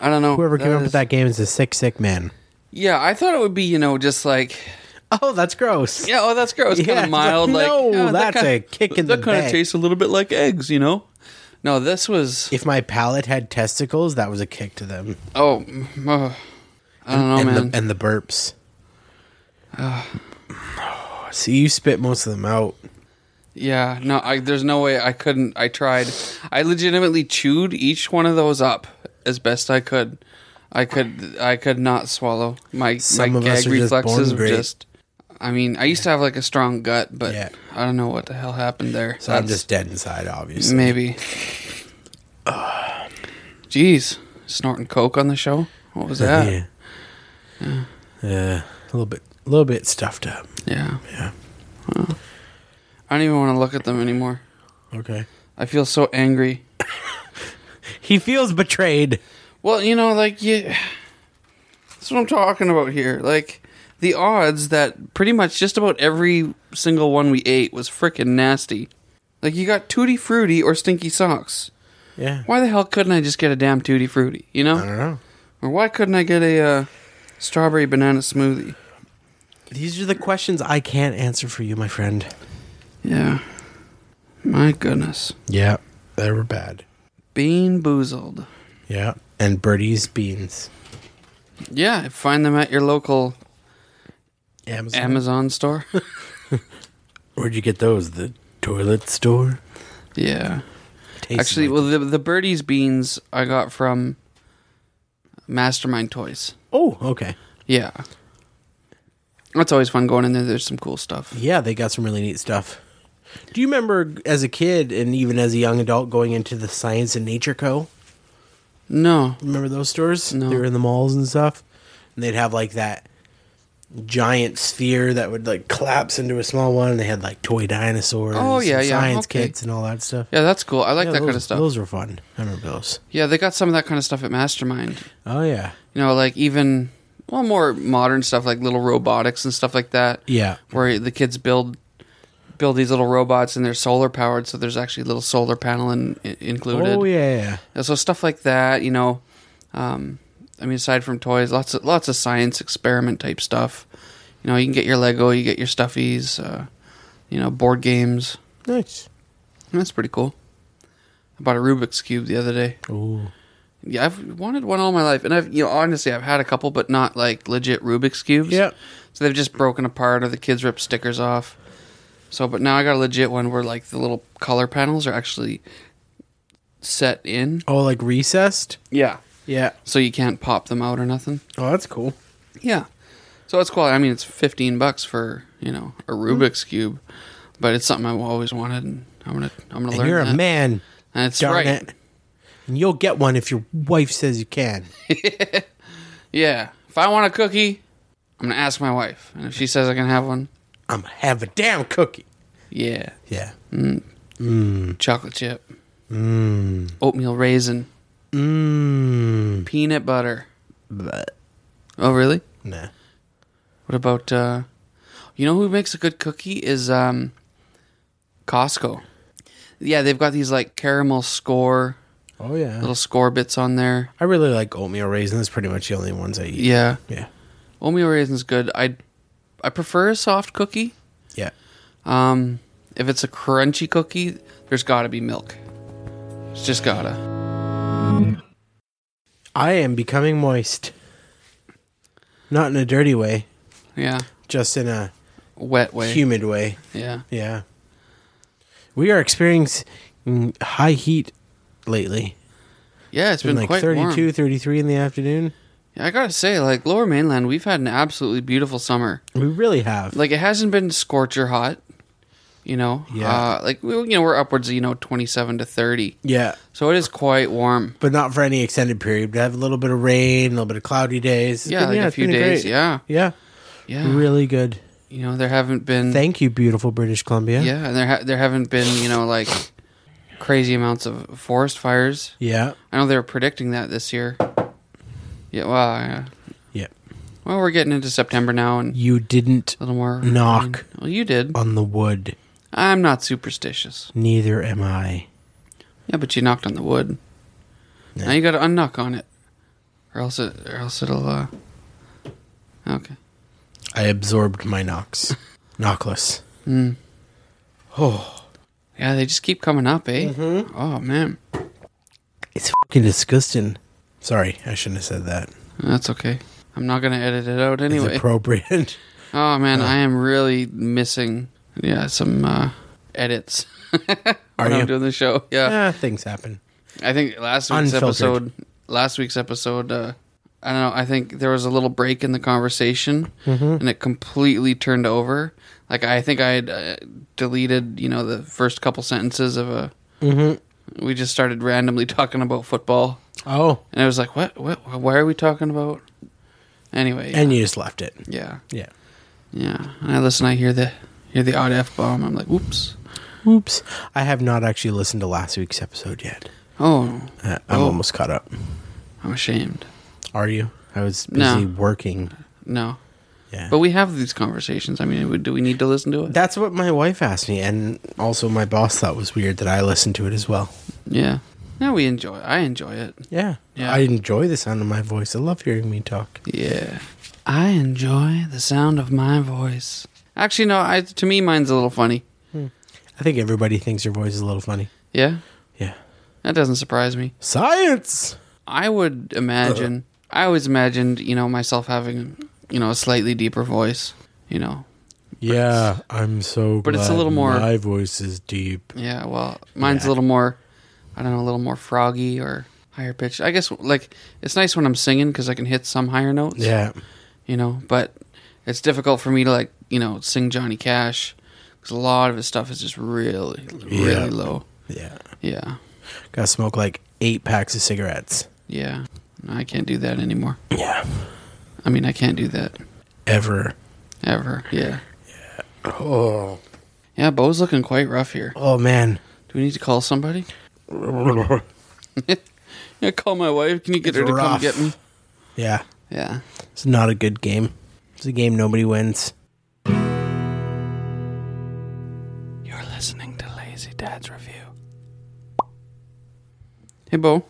[SPEAKER 1] I don't know.
[SPEAKER 3] Oh. Whoever came up
[SPEAKER 1] is-
[SPEAKER 3] with that game is a sick, sick man.
[SPEAKER 1] Yeah, I thought it would be, you know, just like,
[SPEAKER 3] Oh, that's gross.
[SPEAKER 1] [laughs] yeah, oh, that's gross.
[SPEAKER 3] Yeah,
[SPEAKER 1] kind
[SPEAKER 3] it's
[SPEAKER 1] of mild.
[SPEAKER 3] like,
[SPEAKER 1] Like,
[SPEAKER 3] no,
[SPEAKER 1] yeah,
[SPEAKER 3] that's
[SPEAKER 1] kinda-
[SPEAKER 3] a kick in
[SPEAKER 1] that
[SPEAKER 3] the
[SPEAKER 1] kinda
[SPEAKER 3] back.
[SPEAKER 1] tastes a little bit like eggs, you know? No, this was.
[SPEAKER 3] If my palate had testicles, that was a kick to them.
[SPEAKER 1] Oh, mm, uh, I don't know,
[SPEAKER 3] and
[SPEAKER 1] man.
[SPEAKER 3] the and the burps. [sighs] See, you spit most of them out.
[SPEAKER 1] yeah, no, I, there's no way I couldn't. I tried. I legitimately chewed each one of those up as best I could. I could. I could not swallow. My
[SPEAKER 3] Some
[SPEAKER 1] my
[SPEAKER 3] of us
[SPEAKER 1] gag
[SPEAKER 3] are just born
[SPEAKER 1] reflexes were
[SPEAKER 3] great.
[SPEAKER 1] just. I mean, I used to have like a strong gut, but
[SPEAKER 3] Yeah.
[SPEAKER 1] I don't know what the hell happened there.
[SPEAKER 3] So I'm
[SPEAKER 1] That's-
[SPEAKER 3] just dead inside, obviously.
[SPEAKER 1] maybe. Jeez, snorting coke on the show. What was that?
[SPEAKER 3] Yeah. Yeah. A little bit, a little bit stuffed up.
[SPEAKER 1] yeah.
[SPEAKER 3] Yeah.
[SPEAKER 1] Well, I don't even want to look at them anymore.
[SPEAKER 3] Okay.
[SPEAKER 1] I feel so angry.
[SPEAKER 3] He feels betrayed.
[SPEAKER 1] Well, you know, like you That's what I'm talking about here. Like the odds that pretty much just about every single one we ate was frickin' nasty. Like you got tutti frutti or stinky socks.
[SPEAKER 3] Yeah.
[SPEAKER 1] Why the hell couldn't I just get a damn tutti frutti? You know,
[SPEAKER 3] I don't know.
[SPEAKER 1] or why couldn't I get a uh, Strawberry banana smoothie.
[SPEAKER 3] These are the questions I can't answer for you, my friend.
[SPEAKER 1] Yeah. My goodness.
[SPEAKER 3] Yeah, they were bad.
[SPEAKER 1] Bean boozled.
[SPEAKER 3] Yeah, and Birdie's beans.
[SPEAKER 1] Yeah, find them at your local
[SPEAKER 3] Amazon.
[SPEAKER 1] Amazon
[SPEAKER 3] [laughs]
[SPEAKER 1] store.
[SPEAKER 3] Where'd you get those? The toilet store.
[SPEAKER 1] yeah.
[SPEAKER 3] Tastes
[SPEAKER 1] Actually,
[SPEAKER 3] like-
[SPEAKER 1] well, the, the birdies beans I got from Mastermind Toys.
[SPEAKER 3] oh, okay.
[SPEAKER 1] Yeah. That's always fun going in there. There's some cool stuff.
[SPEAKER 3] Yeah, they got some really neat stuff. Do you remember as a kid and even as a young adult going into the Science and Nature Co?
[SPEAKER 1] No.
[SPEAKER 3] Remember those stores?
[SPEAKER 1] No.
[SPEAKER 3] They were in the malls and stuff. And they'd have like that giant sphere that would like collapse into a small one. They had like toy dinosaurs,
[SPEAKER 1] Oh, yeah,
[SPEAKER 3] and
[SPEAKER 1] yeah,
[SPEAKER 3] science
[SPEAKER 1] okay.
[SPEAKER 3] kits, and all that stuff.
[SPEAKER 1] Yeah, that's cool. I like
[SPEAKER 3] Yeah,
[SPEAKER 1] that
[SPEAKER 3] those,
[SPEAKER 1] kind of stuff.
[SPEAKER 3] Those were fun. I remember those.
[SPEAKER 1] Yeah, they got some of that kind of stuff at Mastermind.
[SPEAKER 3] Oh yeah,
[SPEAKER 1] You know, like even well, more modern stuff like little robotics and stuff like that.
[SPEAKER 3] yeah,
[SPEAKER 1] where the kids build build these little robots and they're solar powered, so there's actually a little solar panel in, i- included.
[SPEAKER 3] oh yeah, yeah.
[SPEAKER 1] And So stuff like that, you know. Um, I mean, aside from toys, lots of lots of science experiment type stuff. You know, you can get your Lego, you get your stuffies, uh, you know, board games.
[SPEAKER 3] Nice.
[SPEAKER 1] And That's pretty cool. I bought a Rubik's cube the other day.
[SPEAKER 3] Ooh.
[SPEAKER 1] Yeah, I've wanted one all my life, and I've you know honestly I've had a couple, but not like legit Rubik's cubes.
[SPEAKER 3] Yeah.
[SPEAKER 1] So they've just broken apart, or the kids ripped stickers off. So, but now I got a legit one where like the little color panels are actually set in.
[SPEAKER 3] Oh, like recessed.
[SPEAKER 1] Yeah.
[SPEAKER 3] Yeah.
[SPEAKER 1] So you can't pop them out or nothing.
[SPEAKER 3] Oh, that's cool.
[SPEAKER 1] Yeah. So it's cool. I mean, it's fifteen bucks for you know a
[SPEAKER 3] Mm-hmm.
[SPEAKER 1] Rubik's cube, but it's something I've always wanted, and I'm gonna I'm gonna
[SPEAKER 3] And
[SPEAKER 1] learn.
[SPEAKER 3] you're
[SPEAKER 1] that.
[SPEAKER 3] a man.
[SPEAKER 1] And it's
[SPEAKER 3] Darn
[SPEAKER 1] right.
[SPEAKER 3] it. And you'll get one if your wife says you can.
[SPEAKER 1] Yeah. If I want a cookie, I'm gonna ask my wife, and if she says I can have one,
[SPEAKER 3] I'm gonna have a damn cookie.
[SPEAKER 1] yeah,
[SPEAKER 3] Yeah.
[SPEAKER 1] chocolate chip, mm. oatmeal raisin,
[SPEAKER 3] Mmm.
[SPEAKER 1] peanut butter. Oh, really?
[SPEAKER 3] Nah.
[SPEAKER 1] What about uh you know who makes a good cookie is um Costco. Yeah, they've got these like caramel score
[SPEAKER 3] Oh yeah.
[SPEAKER 1] little score bits on there.
[SPEAKER 3] I really like oatmeal raisins. That's pretty much the only ones I eat.
[SPEAKER 1] Yeah.
[SPEAKER 3] Yeah.
[SPEAKER 1] Oatmeal raisin's good. I I prefer a soft cookie.
[SPEAKER 3] Yeah.
[SPEAKER 1] Um if it's a crunchy cookie, there's got to be milk. It's just gotta.
[SPEAKER 3] I am becoming moist. Not in a dirty way,
[SPEAKER 1] Yeah.
[SPEAKER 3] just in a
[SPEAKER 1] Wet way.
[SPEAKER 3] humid way.
[SPEAKER 1] yeah.
[SPEAKER 3] Yeah. We are experiencing high heat lately.
[SPEAKER 1] Yeah, it's been,
[SPEAKER 3] like
[SPEAKER 1] quite
[SPEAKER 3] 32,
[SPEAKER 1] warm.
[SPEAKER 3] 33 in the afternoon.
[SPEAKER 1] I got to say like Lower Mainland, we've had an absolutely beautiful summer.
[SPEAKER 3] We really have.
[SPEAKER 1] like it hasn't been scorcher hot you know
[SPEAKER 3] Yeah.
[SPEAKER 1] uh, like we, you know we're upwards of you know 27 to 30
[SPEAKER 3] yeah.
[SPEAKER 1] so it is quite warm
[SPEAKER 3] But not for any extended period. We have a little bit of rain, a little bit of cloudy days. It's
[SPEAKER 1] yeah
[SPEAKER 3] been-
[SPEAKER 1] like a
[SPEAKER 3] it's
[SPEAKER 1] few
[SPEAKER 3] been
[SPEAKER 1] days
[SPEAKER 3] great.
[SPEAKER 1] yeah
[SPEAKER 3] Yeah.
[SPEAKER 1] yeah
[SPEAKER 3] Really good.
[SPEAKER 1] you know there haven't been
[SPEAKER 3] Thank you, beautiful British Columbia.
[SPEAKER 1] yeah and there ha- there haven't been you know like crazy amounts of forest fires
[SPEAKER 3] Yeah.
[SPEAKER 1] i know they were predicting that this year yeah well yeah.
[SPEAKER 3] Yeah.
[SPEAKER 1] well we're getting into september now and
[SPEAKER 3] You didn't
[SPEAKER 1] a little more
[SPEAKER 3] Knock.
[SPEAKER 1] well you did
[SPEAKER 3] on the wood.
[SPEAKER 1] i'm not superstitious
[SPEAKER 3] Neither am I.
[SPEAKER 1] Yeah, but you knocked on the wood. Now you got to unknock on it, or else it, or else it'll. Uh... Okay.
[SPEAKER 3] I absorbed my [laughs] knocks. Knockless.
[SPEAKER 1] Yeah, they just keep coming up, eh? Mm-hmm. Oh man,
[SPEAKER 3] It's fucking disgusting. Sorry, I shouldn't have said that.
[SPEAKER 1] that's okay. I'm not gonna edit it out
[SPEAKER 3] It's
[SPEAKER 1] anyway.
[SPEAKER 3] appropriate.
[SPEAKER 1] oh man, I am really missing. Yeah, some uh, edits. [laughs]
[SPEAKER 3] Are
[SPEAKER 1] when
[SPEAKER 3] you?
[SPEAKER 1] I'm doing the show. [laughs] Yeah,
[SPEAKER 3] ah, things happen.
[SPEAKER 1] I think last week's
[SPEAKER 3] Unfiltered.
[SPEAKER 1] episode. Last week's episode. Uh, I don't know. I think there was a little break in the conversation,
[SPEAKER 3] Mm-hmm.
[SPEAKER 1] and it completely turned over. Like I think I had uh, deleted, you know, the first couple sentences of a.
[SPEAKER 3] Mm-hmm.
[SPEAKER 1] We just started randomly [laughs] talking about football,
[SPEAKER 3] Oh,
[SPEAKER 1] and I was like, "What? What? Why are we talking about?" Anyway,
[SPEAKER 3] and you just left it.
[SPEAKER 1] yeah,
[SPEAKER 3] Yeah.
[SPEAKER 1] yeah. And I listen. I hear the hear the odd f bomb. I'm like, "Oops!"
[SPEAKER 3] Oops. I have not actually listened to last week's episode yet.
[SPEAKER 1] Oh,
[SPEAKER 3] Uh, I'm
[SPEAKER 1] Oh.
[SPEAKER 3] almost caught up.
[SPEAKER 1] I'm ashamed.
[SPEAKER 3] Are you? I was
[SPEAKER 1] No.
[SPEAKER 3] busy working.
[SPEAKER 1] No,
[SPEAKER 3] Yeah.
[SPEAKER 1] but we have these conversations. I mean, do we need to listen to it?
[SPEAKER 3] that's what my wife asked me, and also my boss thought was weird that I listened to it as well.
[SPEAKER 1] Yeah. No, we enjoy. I enjoy it.
[SPEAKER 3] Yeah.
[SPEAKER 1] Yeah.
[SPEAKER 3] I enjoy the sound of my voice. I love hearing me talk.
[SPEAKER 1] Yeah. I enjoy the sound of my voice. Actually, no. I, to me, mine's a little funny.
[SPEAKER 3] I think everybody thinks your voice is a little funny.
[SPEAKER 1] Yeah,
[SPEAKER 3] Yeah.
[SPEAKER 1] that doesn't surprise me.
[SPEAKER 3] Science.
[SPEAKER 1] I would imagine. I always imagined, you know, myself having, you know, a slightly deeper voice. You know,
[SPEAKER 3] Yeah, I'm so.
[SPEAKER 1] But it's a
[SPEAKER 3] glad
[SPEAKER 1] little more-
[SPEAKER 3] My voice is deep.
[SPEAKER 1] yeah. Well, mine's a little more. I don't know, a little more froggy or higher pitched. I guess like it's nice when I'm singing because I can hit some higher notes.
[SPEAKER 3] Yeah.
[SPEAKER 1] you know. But it's difficult for me to like, you know, sing Johnny Cash because a lot of his stuff is just really, really
[SPEAKER 3] Yeah.
[SPEAKER 1] low.
[SPEAKER 3] Yeah.
[SPEAKER 1] Yeah,
[SPEAKER 3] Gotta smoke like eight packs of cigarettes.
[SPEAKER 1] yeah. No, I can't do that anymore.
[SPEAKER 3] Yeah.
[SPEAKER 1] I mean, I can't do that
[SPEAKER 3] Ever.
[SPEAKER 1] ever. Yeah,
[SPEAKER 3] Oh.
[SPEAKER 1] yeah. Bo's looking quite rough here.
[SPEAKER 3] Oh man.
[SPEAKER 1] Do we need to call somebody? Yeah, call my wife. Can you get
[SPEAKER 3] It's
[SPEAKER 1] her to come
[SPEAKER 3] rough.
[SPEAKER 1] get me?
[SPEAKER 3] Yeah.
[SPEAKER 1] Yeah.
[SPEAKER 3] It's not a good game. It's a game nobody wins.
[SPEAKER 1] You're listening to Lazy Dad's Review. Hey, Bo.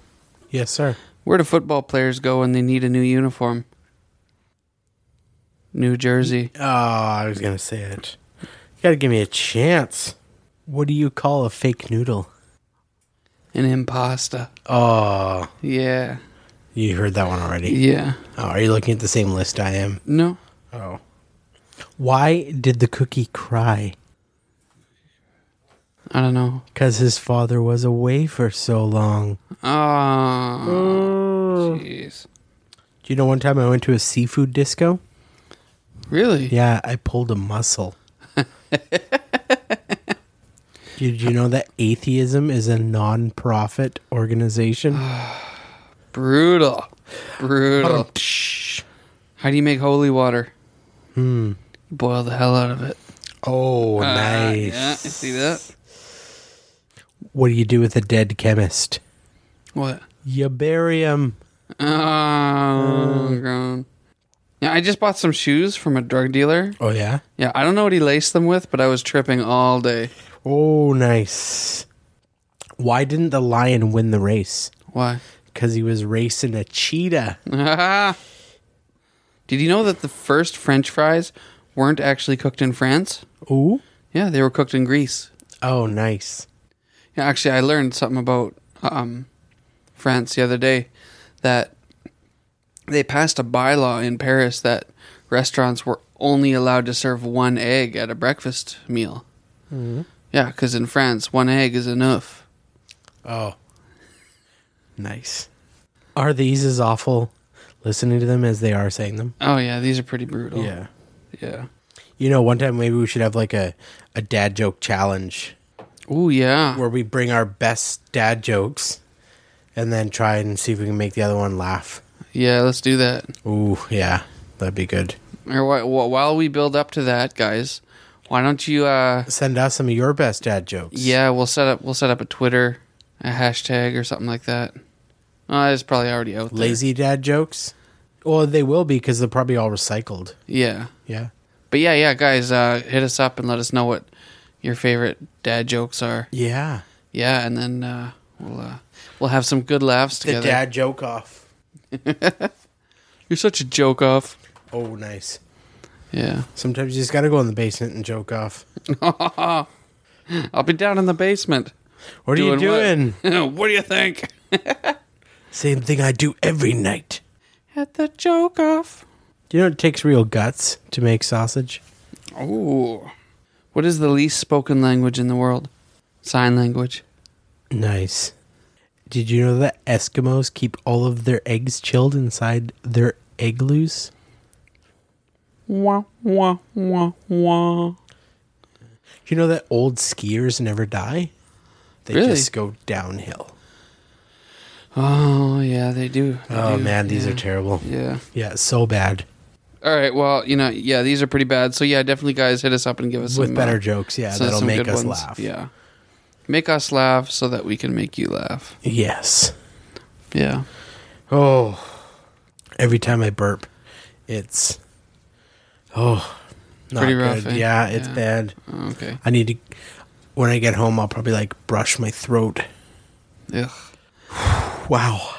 [SPEAKER 3] Yes, sir.
[SPEAKER 1] Where do football players go when they need a new uniform? New Jersey.
[SPEAKER 3] Oh, I was gonna say it. You gotta give me a chance. What do you call a fake noodle?
[SPEAKER 1] An impasta.
[SPEAKER 3] Oh,
[SPEAKER 1] Yeah.
[SPEAKER 3] you heard that one already.
[SPEAKER 1] Yeah.
[SPEAKER 3] Oh, are you looking at the same list I am?
[SPEAKER 1] No.
[SPEAKER 3] Oh. Why did the cookie cry?
[SPEAKER 1] I don't know.
[SPEAKER 3] Because his father was away for so long.
[SPEAKER 1] Oh.
[SPEAKER 3] Mm.
[SPEAKER 1] Jeez.
[SPEAKER 3] Do you know one time I went to a seafood disco?
[SPEAKER 1] Really?
[SPEAKER 3] Yeah, I pulled a [laughs] muscle. Did you know that atheism is a non-profit organization?
[SPEAKER 1] Brutal. Brutal. How do you make holy water? Hmm. Boil the hell out of it.
[SPEAKER 3] [gasps] Oh,
[SPEAKER 1] Ah,
[SPEAKER 3] nice.
[SPEAKER 1] yeah, I see that.
[SPEAKER 3] What do you do with a dead chemist?
[SPEAKER 1] What?
[SPEAKER 3] You bury him. Mm.
[SPEAKER 1] Oh, grown. Yeah, I just bought some shoes from a drug dealer.
[SPEAKER 3] Oh yeah.
[SPEAKER 1] Yeah, I don't know what he laced them with, but I was tripping all day.
[SPEAKER 3] Oh, nice. Why didn't the lion win the race?
[SPEAKER 1] Why?
[SPEAKER 3] Because he was racing a cheetah.
[SPEAKER 1] [laughs] Did you know that the first French fries weren't actually cooked in France?
[SPEAKER 3] Ooh.
[SPEAKER 1] Yeah, they were cooked in Greece.
[SPEAKER 3] Oh, nice.
[SPEAKER 1] Yeah, actually, I learned something about um, France the other day that they passed a bylaw in Paris that restaurants were only allowed to serve one egg at a breakfast meal. Yeah, because in France, one egg is enough.
[SPEAKER 3] Oh. Nice. Are these as awful listening to them as they are saying them?
[SPEAKER 1] Oh yeah, these are pretty brutal. yeah.
[SPEAKER 3] You know, one time maybe we should have like a, a dad joke challenge
[SPEAKER 1] Oh yeah.
[SPEAKER 3] where we bring our best dad jokes and then try and see if we can make the other one laugh.
[SPEAKER 1] Yeah, let's do that.
[SPEAKER 3] Ooh, yeah. That'd be good.
[SPEAKER 1] Or wh- wh- while we build up to that, guys, why don't you? uh
[SPEAKER 3] Send us some of your best dad jokes.
[SPEAKER 1] Yeah, we'll set up. We'll set up a Twitter, a hashtag, or something like that. Uh, it's probably already out. There.
[SPEAKER 3] Lazy dad jokes? Well, they will be because they're probably all recycled.
[SPEAKER 1] Yeah.
[SPEAKER 3] Yeah.
[SPEAKER 1] But yeah, yeah, guys, uh, hit us up and let us know what your favorite dad jokes are.
[SPEAKER 3] Yeah.
[SPEAKER 1] Yeah, and then uh, we'll uh, we'll have some good laughs
[SPEAKER 3] The
[SPEAKER 1] together.
[SPEAKER 3] dad joke off.
[SPEAKER 1] You're such a joke off.
[SPEAKER 3] Oh, nice.
[SPEAKER 1] Yeah.
[SPEAKER 3] Sometimes you just got to go in the basement and joke off.
[SPEAKER 1] I'll be down in the basement.
[SPEAKER 3] What are you doing?
[SPEAKER 1] What? [laughs] What do you think?
[SPEAKER 3] Same thing I do every night.
[SPEAKER 1] At the joke off.
[SPEAKER 3] Do you know it takes real guts to make sausage?
[SPEAKER 1] Ooh. What is the least spoken language in the world? Sign language.
[SPEAKER 3] Nice. Did you know that Eskimos keep all of their eggs chilled inside their igloos?
[SPEAKER 1] Wah wah wah wah.
[SPEAKER 3] Do you know that old skiers never die? They
[SPEAKER 1] Really?
[SPEAKER 3] just go downhill.
[SPEAKER 1] Oh yeah, they do. They
[SPEAKER 3] Oh
[SPEAKER 1] do.
[SPEAKER 3] man, these
[SPEAKER 1] Yeah.
[SPEAKER 3] are terrible.
[SPEAKER 1] Yeah.
[SPEAKER 3] Yeah, so bad.
[SPEAKER 1] All right. Well, you know, yeah, these are pretty bad. So yeah, definitely, guys, hit us up and give us
[SPEAKER 3] With
[SPEAKER 1] some,
[SPEAKER 3] better
[SPEAKER 1] uh,
[SPEAKER 3] jokes, yeah,
[SPEAKER 1] so-
[SPEAKER 3] that'll
[SPEAKER 1] some
[SPEAKER 3] make
[SPEAKER 1] good
[SPEAKER 3] us
[SPEAKER 1] ones.
[SPEAKER 3] laugh.
[SPEAKER 1] Yeah, make us laugh so that we can make you laugh.
[SPEAKER 3] Yes.
[SPEAKER 1] Yeah.
[SPEAKER 3] Oh. Every time I burp, it's oh, not
[SPEAKER 1] Pretty rough,
[SPEAKER 3] good.
[SPEAKER 1] eh?
[SPEAKER 3] Yeah, it's
[SPEAKER 1] Yeah.
[SPEAKER 3] bad.
[SPEAKER 1] Okay.
[SPEAKER 3] I need to. When I get home, I'll probably like brush my throat.
[SPEAKER 1] Ugh. Mm.
[SPEAKER 3] Wow.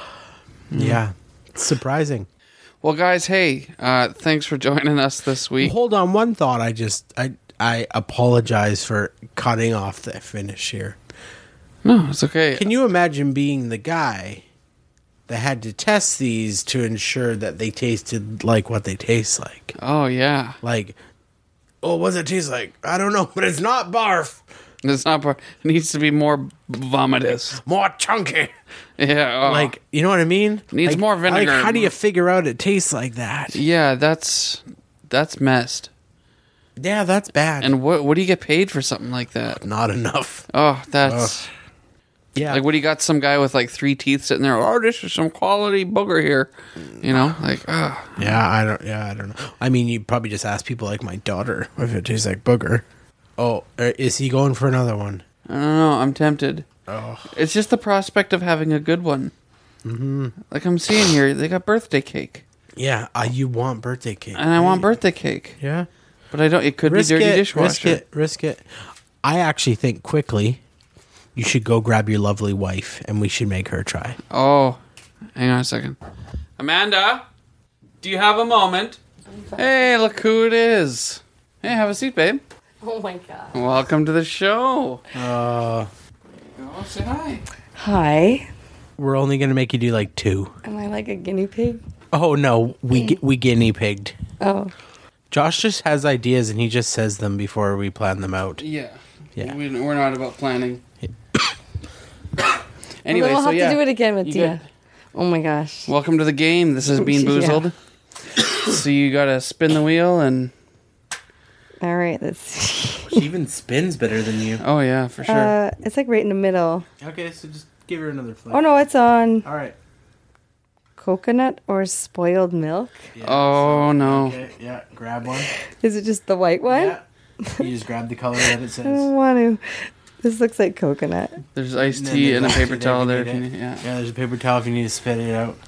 [SPEAKER 3] Yeah. It's surprising.
[SPEAKER 1] Well, guys, hey, uh, thanks for joining us this week.
[SPEAKER 3] Hold on, one thought. I just I I apologize for cutting off the finish here.
[SPEAKER 1] No, it's okay.
[SPEAKER 3] Can you imagine being the guy that had to test these to ensure that they tasted like what they taste like?
[SPEAKER 1] Oh yeah,
[SPEAKER 3] Like, oh, what does it taste like? I don't know, [laughs] but it's not barf.
[SPEAKER 1] it's not. It needs to be more vomitous.
[SPEAKER 3] More chunky.
[SPEAKER 1] Yeah, oh.
[SPEAKER 3] Like, you know what I mean?
[SPEAKER 1] Needs
[SPEAKER 3] Like-
[SPEAKER 1] more vinegar.
[SPEAKER 3] Like, how do you figure out it tastes like that?
[SPEAKER 1] yeah, that's that's messed.
[SPEAKER 3] Yeah, that's bad.
[SPEAKER 1] And what what do you get paid for something like that?
[SPEAKER 3] not enough.
[SPEAKER 1] Oh, that's
[SPEAKER 3] Yeah.
[SPEAKER 1] like what do you got? Some guy with like three teeth sitting there. Oh, this is some quality booger here. You know, like oh,
[SPEAKER 3] Yeah, I don't. Yeah, I don't know. I mean, you probably just ask people like my daughter if it tastes like booger. Oh, uh, is he going for another one?
[SPEAKER 1] I don't know. I'm tempted. It's just the prospect of having a good one.
[SPEAKER 3] Mm-hmm.
[SPEAKER 1] Like I'm seeing here, they got birthday cake,
[SPEAKER 3] Yeah, uh, you want birthday cake?
[SPEAKER 1] and I want birthday cake,
[SPEAKER 3] yeah,
[SPEAKER 1] but I don't. It could
[SPEAKER 3] risk
[SPEAKER 1] be dirty
[SPEAKER 3] it,
[SPEAKER 1] dishwasher.
[SPEAKER 3] risk it, risk it. I actually think quickly, you should go grab your lovely wife, and we should make her try.
[SPEAKER 1] Oh, hang on a second. Amanda, do you have a moment? Hey, look who it is. Hey, have a seat, babe.
[SPEAKER 6] Oh my god.
[SPEAKER 1] Welcome to the show. Uh, oh, say hi.
[SPEAKER 6] Hi.
[SPEAKER 3] We're only gonna make you do like two.
[SPEAKER 6] Am I like a guinea pig?
[SPEAKER 3] Oh no, we gu- we guinea pigged.
[SPEAKER 6] Oh.
[SPEAKER 3] Josh just has ideas, and he just says them before we plan them
[SPEAKER 1] [laughs]
[SPEAKER 3] out.
[SPEAKER 1] Yeah.
[SPEAKER 3] Yeah.
[SPEAKER 1] We, we're not about planning. [coughs] anyway,
[SPEAKER 6] we'll
[SPEAKER 1] so
[SPEAKER 6] have
[SPEAKER 1] yeah.
[SPEAKER 6] to do it again with
[SPEAKER 1] You good?
[SPEAKER 6] Dia. Oh my gosh.
[SPEAKER 1] Welcome to the game. This is Bean
[SPEAKER 6] [laughs] Yeah.
[SPEAKER 1] Boozled. so you gotta spin the wheel and
[SPEAKER 6] All right, let's see.
[SPEAKER 3] She even spins better than you.
[SPEAKER 1] oh yeah, for [laughs] sure.
[SPEAKER 6] Uh, it's like right in the middle.
[SPEAKER 3] Okay, so just give her another flip.
[SPEAKER 6] Oh no, it's on
[SPEAKER 3] All right.
[SPEAKER 6] coconut or spoiled milk.
[SPEAKER 1] oh no.
[SPEAKER 3] Okay, yeah, grab one.
[SPEAKER 6] Is it just the white one?
[SPEAKER 3] Yeah. You just grab the color that it
[SPEAKER 6] [laughs] I don't
[SPEAKER 3] says.
[SPEAKER 6] want to. This looks like coconut.
[SPEAKER 1] There's iced
[SPEAKER 3] And
[SPEAKER 1] tea
[SPEAKER 3] then
[SPEAKER 1] and a
[SPEAKER 3] there's
[SPEAKER 1] paper
[SPEAKER 3] actually
[SPEAKER 1] towel there.
[SPEAKER 3] there
[SPEAKER 1] if
[SPEAKER 3] if you
[SPEAKER 1] you
[SPEAKER 3] need
[SPEAKER 1] need- Yeah.
[SPEAKER 3] Yeah, there's a paper towel if you need to spit it out.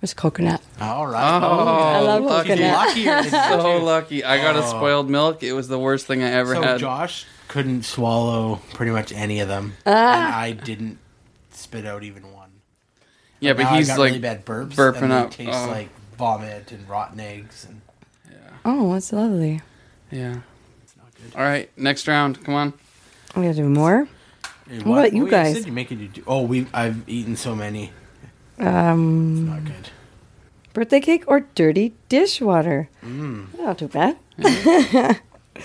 [SPEAKER 6] There's coconut.
[SPEAKER 3] All right.
[SPEAKER 1] Oh,
[SPEAKER 6] I love
[SPEAKER 1] lucky.
[SPEAKER 6] coconut.
[SPEAKER 3] Luckier than
[SPEAKER 1] [laughs]
[SPEAKER 3] you.
[SPEAKER 1] so lucky. I got a spoiled milk. It was the worst thing I ever
[SPEAKER 3] Oh. So
[SPEAKER 1] had.
[SPEAKER 3] Josh couldn't swallow pretty much any of them,
[SPEAKER 6] Ah.
[SPEAKER 3] and I didn't spit out even one.
[SPEAKER 1] yeah,
[SPEAKER 3] Now
[SPEAKER 1] but
[SPEAKER 3] I
[SPEAKER 1] he's
[SPEAKER 3] got
[SPEAKER 1] like
[SPEAKER 3] really bad burps,
[SPEAKER 1] burping
[SPEAKER 3] and they
[SPEAKER 1] up.
[SPEAKER 3] Tastes
[SPEAKER 1] Oh.
[SPEAKER 3] like vomit and rotten eggs. And
[SPEAKER 6] Oh, that's lovely.
[SPEAKER 1] yeah. All right, next round. Come on.
[SPEAKER 6] We gotta do more. What about you
[SPEAKER 3] Oh, yeah,
[SPEAKER 6] guys?
[SPEAKER 3] said you make it. You do. Oh, we. I've eaten so many.
[SPEAKER 6] Um,
[SPEAKER 3] Not good.
[SPEAKER 6] birthday cake or dirty dishwater.
[SPEAKER 1] Mm.
[SPEAKER 6] Not too bad.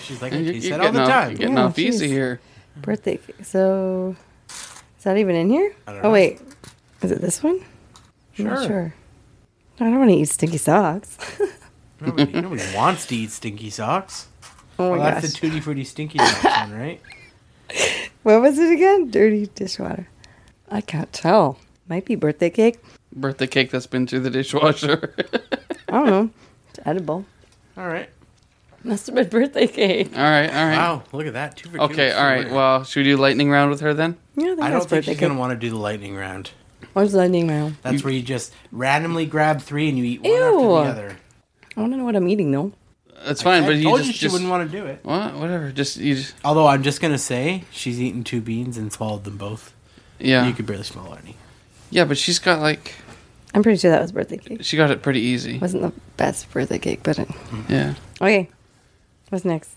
[SPEAKER 3] She's like, I
[SPEAKER 1] You're,
[SPEAKER 3] taste
[SPEAKER 1] you're
[SPEAKER 3] that all
[SPEAKER 1] getting,
[SPEAKER 3] the
[SPEAKER 1] off,
[SPEAKER 3] time.
[SPEAKER 1] you're getting
[SPEAKER 6] Yeah,
[SPEAKER 1] off easy
[SPEAKER 6] jeez.
[SPEAKER 1] here.
[SPEAKER 6] Birthday cake. So, is that even in here?
[SPEAKER 3] I don't
[SPEAKER 6] Oh
[SPEAKER 3] know.
[SPEAKER 6] wait, is it this one? I'm not sure. I don't want to eat stinky socks. [laughs]
[SPEAKER 3] Nobody,
[SPEAKER 1] [laughs]
[SPEAKER 3] nobody wants to eat stinky socks.
[SPEAKER 6] oh my
[SPEAKER 3] well,
[SPEAKER 6] gosh.
[SPEAKER 3] that's the tutti frutti stinky socks one, right?
[SPEAKER 6] what was it again? Dirty dishwater. I can't tell. Might be birthday cake.
[SPEAKER 1] Birthday cake that's been through the dishwasher. [laughs]
[SPEAKER 6] I don't know. It's edible.
[SPEAKER 3] All right.
[SPEAKER 6] Must have been birthday cake.
[SPEAKER 1] all right, all right.
[SPEAKER 3] Wow, look at that. Two for two.
[SPEAKER 1] Okay, all right.
[SPEAKER 3] Sure.
[SPEAKER 1] Well, should we do lightning round with her then?
[SPEAKER 6] Yeah, I think
[SPEAKER 3] I
[SPEAKER 6] that's
[SPEAKER 3] don't think
[SPEAKER 6] birthday
[SPEAKER 3] she's
[SPEAKER 6] cake.
[SPEAKER 3] gonna want to do the lightning round.
[SPEAKER 6] What's lightning round?
[SPEAKER 3] That's where you just randomly grab three and you eat one
[SPEAKER 6] Ew.
[SPEAKER 3] after the other.
[SPEAKER 6] I want to know what I'm eating though.
[SPEAKER 1] That's fine,
[SPEAKER 3] I
[SPEAKER 1] but you
[SPEAKER 3] told
[SPEAKER 1] just,
[SPEAKER 3] you she
[SPEAKER 1] just
[SPEAKER 3] wouldn't want to do it.
[SPEAKER 1] what? Whatever. Just you just
[SPEAKER 3] Although I'm just gonna say she's eaten two beans and swallowed them both.
[SPEAKER 1] yeah.
[SPEAKER 3] You could barely smell any.
[SPEAKER 1] yeah, but she's got like
[SPEAKER 6] I'm pretty sure that was birthday cake.
[SPEAKER 1] she got it pretty easy.
[SPEAKER 6] Wasn't the best birthday cake, but it...
[SPEAKER 3] Mm-hmm.
[SPEAKER 1] Yeah.
[SPEAKER 6] okay. What's next?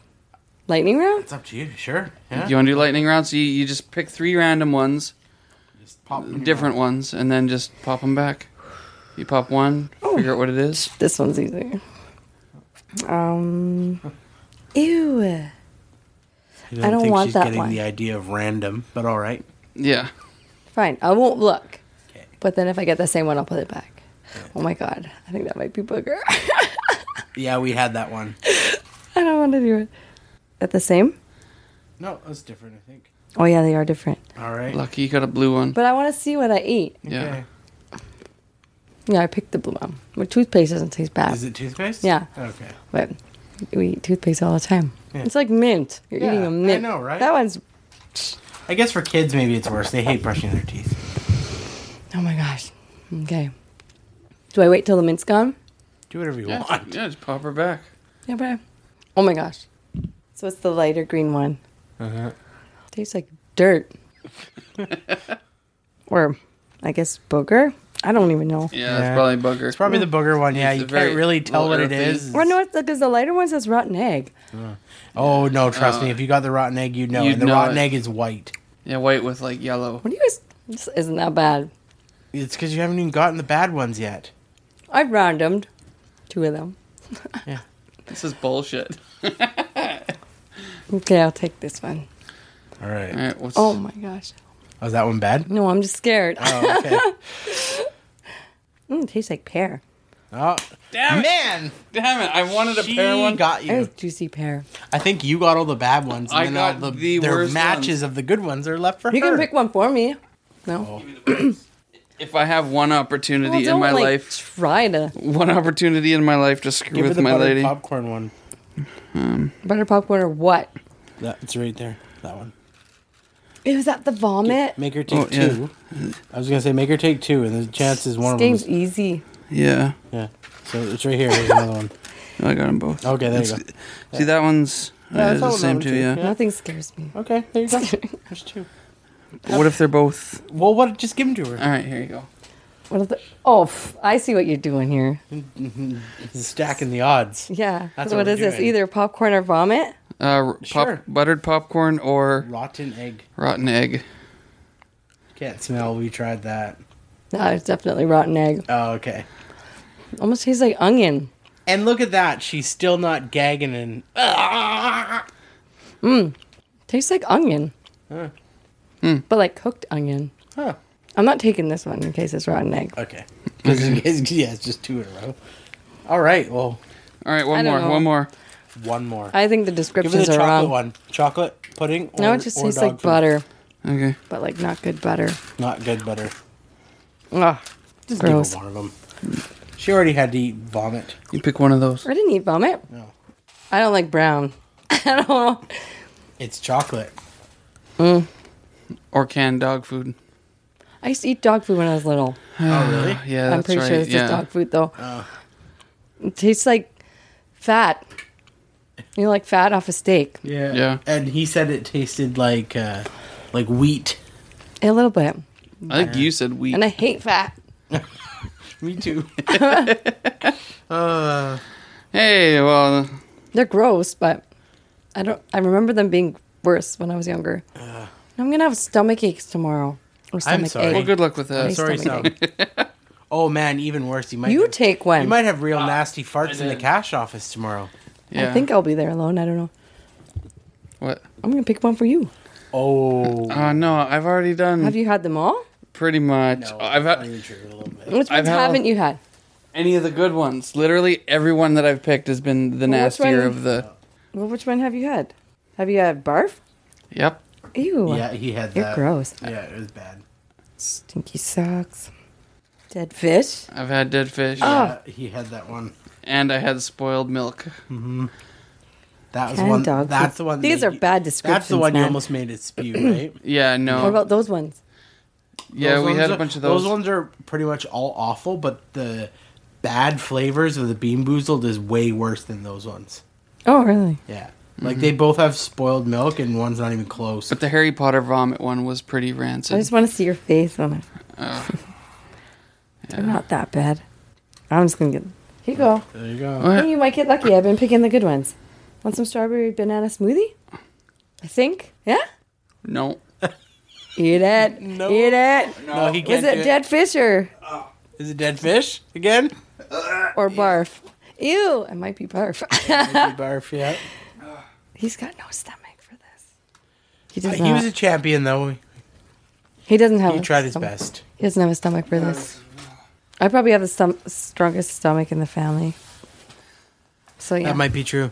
[SPEAKER 6] Lightning round.
[SPEAKER 3] It's up to you. Sure. Yeah.
[SPEAKER 1] You want to do lightning rounds? You you just pick three random ones.
[SPEAKER 3] just pop them in your
[SPEAKER 1] different ones and then just pop them back. You pop one,
[SPEAKER 3] Oh.
[SPEAKER 1] figure out what it is.
[SPEAKER 6] This one's easier. Um. Ew.
[SPEAKER 3] mouth.
[SPEAKER 6] I don't
[SPEAKER 3] think
[SPEAKER 6] want
[SPEAKER 3] she's
[SPEAKER 6] that
[SPEAKER 3] getting
[SPEAKER 6] one.
[SPEAKER 3] the idea of random, but all right.
[SPEAKER 1] Yeah.
[SPEAKER 6] Fine. I won't look.
[SPEAKER 3] Okay.
[SPEAKER 6] But then if I get the same one, I'll put it back. Oh my god. I think that might be booger. [laughs]
[SPEAKER 3] Yeah, we had that one.
[SPEAKER 6] I don't want to do it. At the same?
[SPEAKER 3] No, that's different. I think.
[SPEAKER 6] Oh yeah, they are different.
[SPEAKER 3] All right.
[SPEAKER 1] Lucky you got a blue one.
[SPEAKER 6] But I want to see what I eat.
[SPEAKER 1] Yeah.
[SPEAKER 6] Yeah, I picked the blue one. My toothpaste doesn't taste bad,
[SPEAKER 3] Is it toothpaste?
[SPEAKER 6] Yeah.
[SPEAKER 3] Okay.
[SPEAKER 6] but we eat toothpaste all the time. It's like mint. You're
[SPEAKER 3] Yeah,
[SPEAKER 6] eating
[SPEAKER 3] I
[SPEAKER 6] a mint.
[SPEAKER 3] know, right?
[SPEAKER 6] That one's.
[SPEAKER 3] I guess for kids maybe it's worse. They hate brushing their teeth.
[SPEAKER 6] Oh my gosh. Okay. Do I wait till the mint's gone?
[SPEAKER 3] Do whatever you
[SPEAKER 1] Yeah.
[SPEAKER 3] want.
[SPEAKER 1] Yeah, just pop her back.
[SPEAKER 6] Yeah, but I- oh my gosh. So it's the lighter green one.
[SPEAKER 3] Uh-huh.
[SPEAKER 6] [laughs] Tastes like dirt. or I guess booger. I don't even know.
[SPEAKER 1] Yeah, it's probably booger.
[SPEAKER 3] It's probably the booger one. Yeah,
[SPEAKER 1] It's
[SPEAKER 3] you
[SPEAKER 1] a very
[SPEAKER 3] can't really tell what
[SPEAKER 1] little
[SPEAKER 3] it
[SPEAKER 1] earthy.
[SPEAKER 3] is.
[SPEAKER 6] Well, no, because the lighter one says rotten egg.
[SPEAKER 3] Oh no, trust me. If you got the rotten egg, you'd know.
[SPEAKER 1] Uh, You'd
[SPEAKER 3] and the
[SPEAKER 1] know
[SPEAKER 3] rotten
[SPEAKER 1] it.
[SPEAKER 3] egg is white.
[SPEAKER 1] yeah, white with like yellow.
[SPEAKER 6] What do you guys? This isn't that bad.
[SPEAKER 3] It's because you haven't even gotten the bad ones yet.
[SPEAKER 6] I've randomed two of them.
[SPEAKER 1] This is bullshit.
[SPEAKER 6] Okay, I'll take this one.
[SPEAKER 3] All right.
[SPEAKER 1] All right, what's
[SPEAKER 6] Oh my gosh.
[SPEAKER 3] Was Oh, that one bad?
[SPEAKER 6] No, I'm just scared.
[SPEAKER 3] Oh, okay.
[SPEAKER 6] [laughs] Mm, it tastes like pear.
[SPEAKER 3] [laughs] oh
[SPEAKER 1] damn it?
[SPEAKER 3] man,
[SPEAKER 1] Damn it! I wanted a
[SPEAKER 3] she
[SPEAKER 1] pear one.
[SPEAKER 3] got
[SPEAKER 6] It was
[SPEAKER 3] you.
[SPEAKER 6] juicy pear.
[SPEAKER 3] I think you got all the bad ones. And
[SPEAKER 1] I
[SPEAKER 3] then
[SPEAKER 1] got
[SPEAKER 3] all the,
[SPEAKER 1] the
[SPEAKER 3] their
[SPEAKER 1] worst
[SPEAKER 3] matches of the good ones are left for
[SPEAKER 6] You
[SPEAKER 3] her.
[SPEAKER 6] can pick one for me. No.
[SPEAKER 1] If I have one
[SPEAKER 6] Well,
[SPEAKER 1] opportunity in
[SPEAKER 6] don't,
[SPEAKER 1] my
[SPEAKER 6] like,
[SPEAKER 1] life,
[SPEAKER 6] Try to
[SPEAKER 1] one opportunity in my life to screw
[SPEAKER 3] Give her
[SPEAKER 1] with
[SPEAKER 3] the
[SPEAKER 1] my
[SPEAKER 3] buttered
[SPEAKER 1] lady.
[SPEAKER 3] popcorn one.
[SPEAKER 6] butter popcorn or what?
[SPEAKER 3] That's right there. That one.
[SPEAKER 6] It was at the vomit.
[SPEAKER 3] Make her take
[SPEAKER 1] Oh, yeah.
[SPEAKER 3] two. I was gonna say make her take two, and the chance is one
[SPEAKER 6] This
[SPEAKER 3] of them.
[SPEAKER 6] game's
[SPEAKER 3] Is,
[SPEAKER 6] easy.
[SPEAKER 1] Yeah,
[SPEAKER 3] yeah. So it's right here. Here's another one.
[SPEAKER 1] I got them both.
[SPEAKER 3] Okay, there you
[SPEAKER 1] It's-
[SPEAKER 3] go.
[SPEAKER 1] See that one's
[SPEAKER 3] Yeah,
[SPEAKER 1] uh,
[SPEAKER 3] that's
[SPEAKER 1] the
[SPEAKER 3] all that
[SPEAKER 1] same
[SPEAKER 3] one
[SPEAKER 1] too.
[SPEAKER 3] too,
[SPEAKER 1] Yeah.
[SPEAKER 3] yeah.
[SPEAKER 6] Nothing scares me.
[SPEAKER 3] Okay, there you go. There's two.
[SPEAKER 1] But what if they're both?
[SPEAKER 3] Well, what? Just give them to her.
[SPEAKER 1] All right, here you go.
[SPEAKER 6] What are the, oh, pff, I see what you're doing here.
[SPEAKER 3] Stacking the odds.
[SPEAKER 6] Yeah.
[SPEAKER 3] That's
[SPEAKER 6] so
[SPEAKER 3] what
[SPEAKER 6] what
[SPEAKER 3] we're
[SPEAKER 6] is this?
[SPEAKER 3] doing.
[SPEAKER 6] Either popcorn or vomit?
[SPEAKER 1] Uh, r-
[SPEAKER 3] Sure.
[SPEAKER 1] pop, buttered popcorn or
[SPEAKER 3] Rotten egg.
[SPEAKER 1] rotten egg.
[SPEAKER 3] Can't smell. We tried that.
[SPEAKER 6] No, it's definitely rotten egg.
[SPEAKER 3] Oh, okay.
[SPEAKER 6] Almost tastes like onion.
[SPEAKER 3] And look at that. She's still not gagging and. Ah!
[SPEAKER 6] Tastes like onion.
[SPEAKER 3] Hmm.
[SPEAKER 6] But like cooked onion.
[SPEAKER 3] Huh.
[SPEAKER 6] I'm not taking this one in case it's rotten egg.
[SPEAKER 3] [laughs] Okay. 'Cause it is- yeah, it's just two in a row. All right. Well,
[SPEAKER 1] All right,
[SPEAKER 6] I
[SPEAKER 1] one
[SPEAKER 6] don't
[SPEAKER 1] more,
[SPEAKER 6] know.
[SPEAKER 1] one more.
[SPEAKER 3] one more.
[SPEAKER 6] I think the
[SPEAKER 3] Give her the
[SPEAKER 6] descriptions are
[SPEAKER 3] chocolate
[SPEAKER 6] wrong.
[SPEAKER 3] one. Chocolate pudding. Or,
[SPEAKER 6] No, it just
[SPEAKER 3] or
[SPEAKER 6] tastes
[SPEAKER 3] dog
[SPEAKER 6] like
[SPEAKER 3] food.
[SPEAKER 6] butter,
[SPEAKER 1] Okay,
[SPEAKER 6] but like not good butter.
[SPEAKER 3] Not good butter.
[SPEAKER 6] Ugh.
[SPEAKER 3] Just
[SPEAKER 6] Gross.
[SPEAKER 3] give her one of them. She already had to eat vomit.
[SPEAKER 1] you pick one of those.
[SPEAKER 6] I didn't eat vomit.
[SPEAKER 3] No.
[SPEAKER 6] I don't like brown. [laughs] I don't know.
[SPEAKER 3] It's
[SPEAKER 6] [sighs]
[SPEAKER 3] chocolate.
[SPEAKER 1] Or canned dog food.
[SPEAKER 6] I used to eat dog food when I was little.
[SPEAKER 3] Oh, really?
[SPEAKER 1] Yeah,
[SPEAKER 6] I'm
[SPEAKER 1] that's
[SPEAKER 6] pretty
[SPEAKER 1] right.
[SPEAKER 6] sure it's
[SPEAKER 1] yeah.
[SPEAKER 6] just dog food though.
[SPEAKER 3] Oh.
[SPEAKER 6] It tastes like fat. You know, like fat off a steak.
[SPEAKER 3] Yeah.
[SPEAKER 1] Yeah.
[SPEAKER 3] And he said it tasted like uh, like wheat.
[SPEAKER 6] A little bit.
[SPEAKER 1] I think you said wheat.
[SPEAKER 6] And I hate fat.
[SPEAKER 3] Me
[SPEAKER 6] [laughs]
[SPEAKER 3] too. [laughs] Uh,
[SPEAKER 1] hey, well,
[SPEAKER 6] They're gross, but I don't I remember them being worse when I was younger. I'm gonna have stomach aches tomorrow. Or stomach
[SPEAKER 3] Uh. sorry.
[SPEAKER 1] well,
[SPEAKER 6] ache.
[SPEAKER 1] good luck with that.
[SPEAKER 6] My
[SPEAKER 3] Sorry, Sam.
[SPEAKER 6] stomach
[SPEAKER 3] [laughs] oh man, even worse. You might
[SPEAKER 6] You
[SPEAKER 3] have-
[SPEAKER 6] take one.
[SPEAKER 3] You might have real nasty farts in the
[SPEAKER 1] did.
[SPEAKER 3] cash office tomorrow.
[SPEAKER 1] Yeah.
[SPEAKER 6] I think I'll be there alone. I don't know.
[SPEAKER 1] What?
[SPEAKER 6] I'm gonna pick one for you.
[SPEAKER 3] Oh,
[SPEAKER 1] Oh no, I've already
[SPEAKER 3] Hmm.
[SPEAKER 1] done
[SPEAKER 6] Have you had them all?
[SPEAKER 1] pretty much.
[SPEAKER 3] no,
[SPEAKER 1] I've
[SPEAKER 3] not
[SPEAKER 1] had
[SPEAKER 3] even true, a little bit.
[SPEAKER 6] Which
[SPEAKER 1] I've
[SPEAKER 6] ones
[SPEAKER 1] had-
[SPEAKER 6] haven't you had?
[SPEAKER 1] any of the good ones. Literally everyone that I've picked has been the
[SPEAKER 6] Well, which
[SPEAKER 1] nastier
[SPEAKER 6] one-
[SPEAKER 1] of the.
[SPEAKER 6] Well, which one have you had? Have you had barf?
[SPEAKER 1] Yep.
[SPEAKER 6] Ew.
[SPEAKER 3] Yeah, he had
[SPEAKER 6] You're
[SPEAKER 3] that.
[SPEAKER 6] gross.
[SPEAKER 3] Yeah, it was bad.
[SPEAKER 6] Stinky socks. Dead fish.
[SPEAKER 1] I've had dead fish
[SPEAKER 6] Oh. Ah.
[SPEAKER 3] Yeah, he had that one.
[SPEAKER 1] and I had spoiled milk.
[SPEAKER 3] That was
[SPEAKER 6] Canned
[SPEAKER 3] one.
[SPEAKER 6] dog
[SPEAKER 3] that's
[SPEAKER 6] food.
[SPEAKER 3] the one.
[SPEAKER 6] These
[SPEAKER 3] that
[SPEAKER 6] are
[SPEAKER 3] you-
[SPEAKER 6] bad
[SPEAKER 3] That's the
[SPEAKER 6] descriptions,
[SPEAKER 3] one you
[SPEAKER 6] man.
[SPEAKER 3] almost made it spew,
[SPEAKER 6] [clears throat]
[SPEAKER 3] right?
[SPEAKER 1] Yeah, no.
[SPEAKER 6] What about those ones?
[SPEAKER 1] yeah,
[SPEAKER 3] Those
[SPEAKER 1] we
[SPEAKER 3] ones
[SPEAKER 1] had
[SPEAKER 3] are-
[SPEAKER 1] a bunch of those.
[SPEAKER 3] Those ones are pretty much all awful, but the bad flavors of the Bean Boozled is way worse than those ones.
[SPEAKER 6] Oh, really?
[SPEAKER 3] Yeah, like
[SPEAKER 6] Mm-hmm.
[SPEAKER 3] they both have spoiled milk, and one's not even close.
[SPEAKER 1] But the Harry Potter vomit one was pretty
[SPEAKER 6] I
[SPEAKER 1] rancid.
[SPEAKER 6] just want to see your face on it. [laughs] They're not that bad. I'm just gonna get. Here you go.
[SPEAKER 3] There you go.
[SPEAKER 6] Hey, you might get lucky. I've been picking the good ones. Want some strawberry banana smoothie? I think. Yeah.
[SPEAKER 1] no.
[SPEAKER 6] Eat it. Eat it.
[SPEAKER 3] No, he
[SPEAKER 6] Was
[SPEAKER 3] can't.
[SPEAKER 6] it
[SPEAKER 3] do it.
[SPEAKER 6] dead fish or
[SPEAKER 3] Is it dead fish
[SPEAKER 6] [laughs]
[SPEAKER 3] again?
[SPEAKER 6] or barf? Ew. It might
[SPEAKER 3] [laughs]
[SPEAKER 6] be barf.
[SPEAKER 3] barf, yeah.
[SPEAKER 6] He's got no stomach for this. He does Oh,
[SPEAKER 3] He
[SPEAKER 6] not.
[SPEAKER 3] was a champion, though.
[SPEAKER 6] he doesn't have.
[SPEAKER 3] He
[SPEAKER 6] a
[SPEAKER 3] tried his
[SPEAKER 6] stomach.
[SPEAKER 3] best.
[SPEAKER 6] He doesn't have a stomach for this. I probably have the stom- strongest stomach in the family. So yeah,
[SPEAKER 3] That might be true.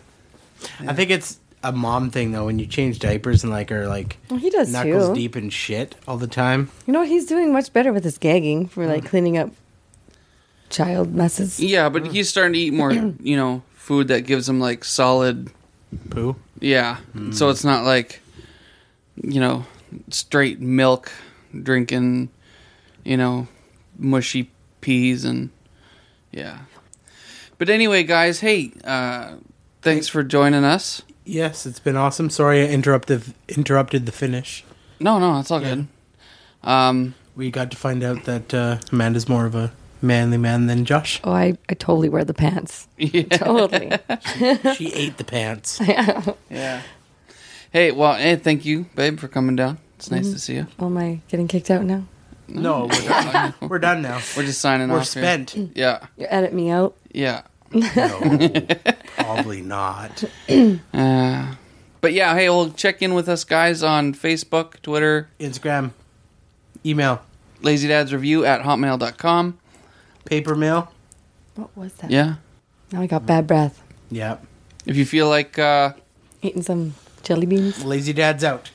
[SPEAKER 3] I think it's a mom thing, though. When you change diapers and like are like
[SPEAKER 6] Well, he does
[SPEAKER 3] knuckles
[SPEAKER 6] too.
[SPEAKER 3] deep in shit all the time.
[SPEAKER 6] You know he's doing much better with his gagging for
[SPEAKER 3] Hmm.
[SPEAKER 6] like cleaning up child messes.
[SPEAKER 1] Yeah,
[SPEAKER 3] mm.
[SPEAKER 1] but he's starting to eat
[SPEAKER 3] [clears throat]
[SPEAKER 1] more, you know, food that gives him like solid
[SPEAKER 3] Poo.
[SPEAKER 1] Yeah.
[SPEAKER 3] Mm.
[SPEAKER 1] So it's not like, you know, straight milk drinking, you know, mushy peas and yeah. But anyway, guys, hey, uh, thanks for joining us.
[SPEAKER 3] Yes, it's been awesome. Sorry, I interrupted interrupted the finish.
[SPEAKER 1] No, no, it's all good. Um, [laughs]
[SPEAKER 3] we got to find out that uh, Amanda's more of a manly man than
[SPEAKER 6] [laughs]
[SPEAKER 3] Josh.
[SPEAKER 6] Oh, I, I totally wear
[SPEAKER 3] [laughs]
[SPEAKER 6] the pants. Totally. [laughs]
[SPEAKER 3] she ate the pants.
[SPEAKER 1] Yeah. Hey, well, hey, thank you, babe, for coming down. It's
[SPEAKER 3] Mm-hmm.
[SPEAKER 1] nice to see you.
[SPEAKER 6] Oh, am I getting kicked out now?
[SPEAKER 3] No, we're done. we're done now.
[SPEAKER 1] We're just signing
[SPEAKER 3] We're
[SPEAKER 1] off. here.
[SPEAKER 3] spent.
[SPEAKER 6] [laughs]
[SPEAKER 1] Yeah,
[SPEAKER 6] You edit me out.
[SPEAKER 1] yeah.
[SPEAKER 3] No, probably not.
[SPEAKER 1] Uh, but yeah, hey, well, check in with us guys on Facebook, Twitter,
[SPEAKER 3] Instagram, email,
[SPEAKER 1] Lazy Dad's Review at hotmail.com.
[SPEAKER 3] paper mail.
[SPEAKER 6] What was that?
[SPEAKER 1] Yeah.
[SPEAKER 6] Now I got bad breath.
[SPEAKER 3] Yep.
[SPEAKER 1] If you feel like uh,
[SPEAKER 6] Eating some jelly beans.
[SPEAKER 3] Lazy Dad's out.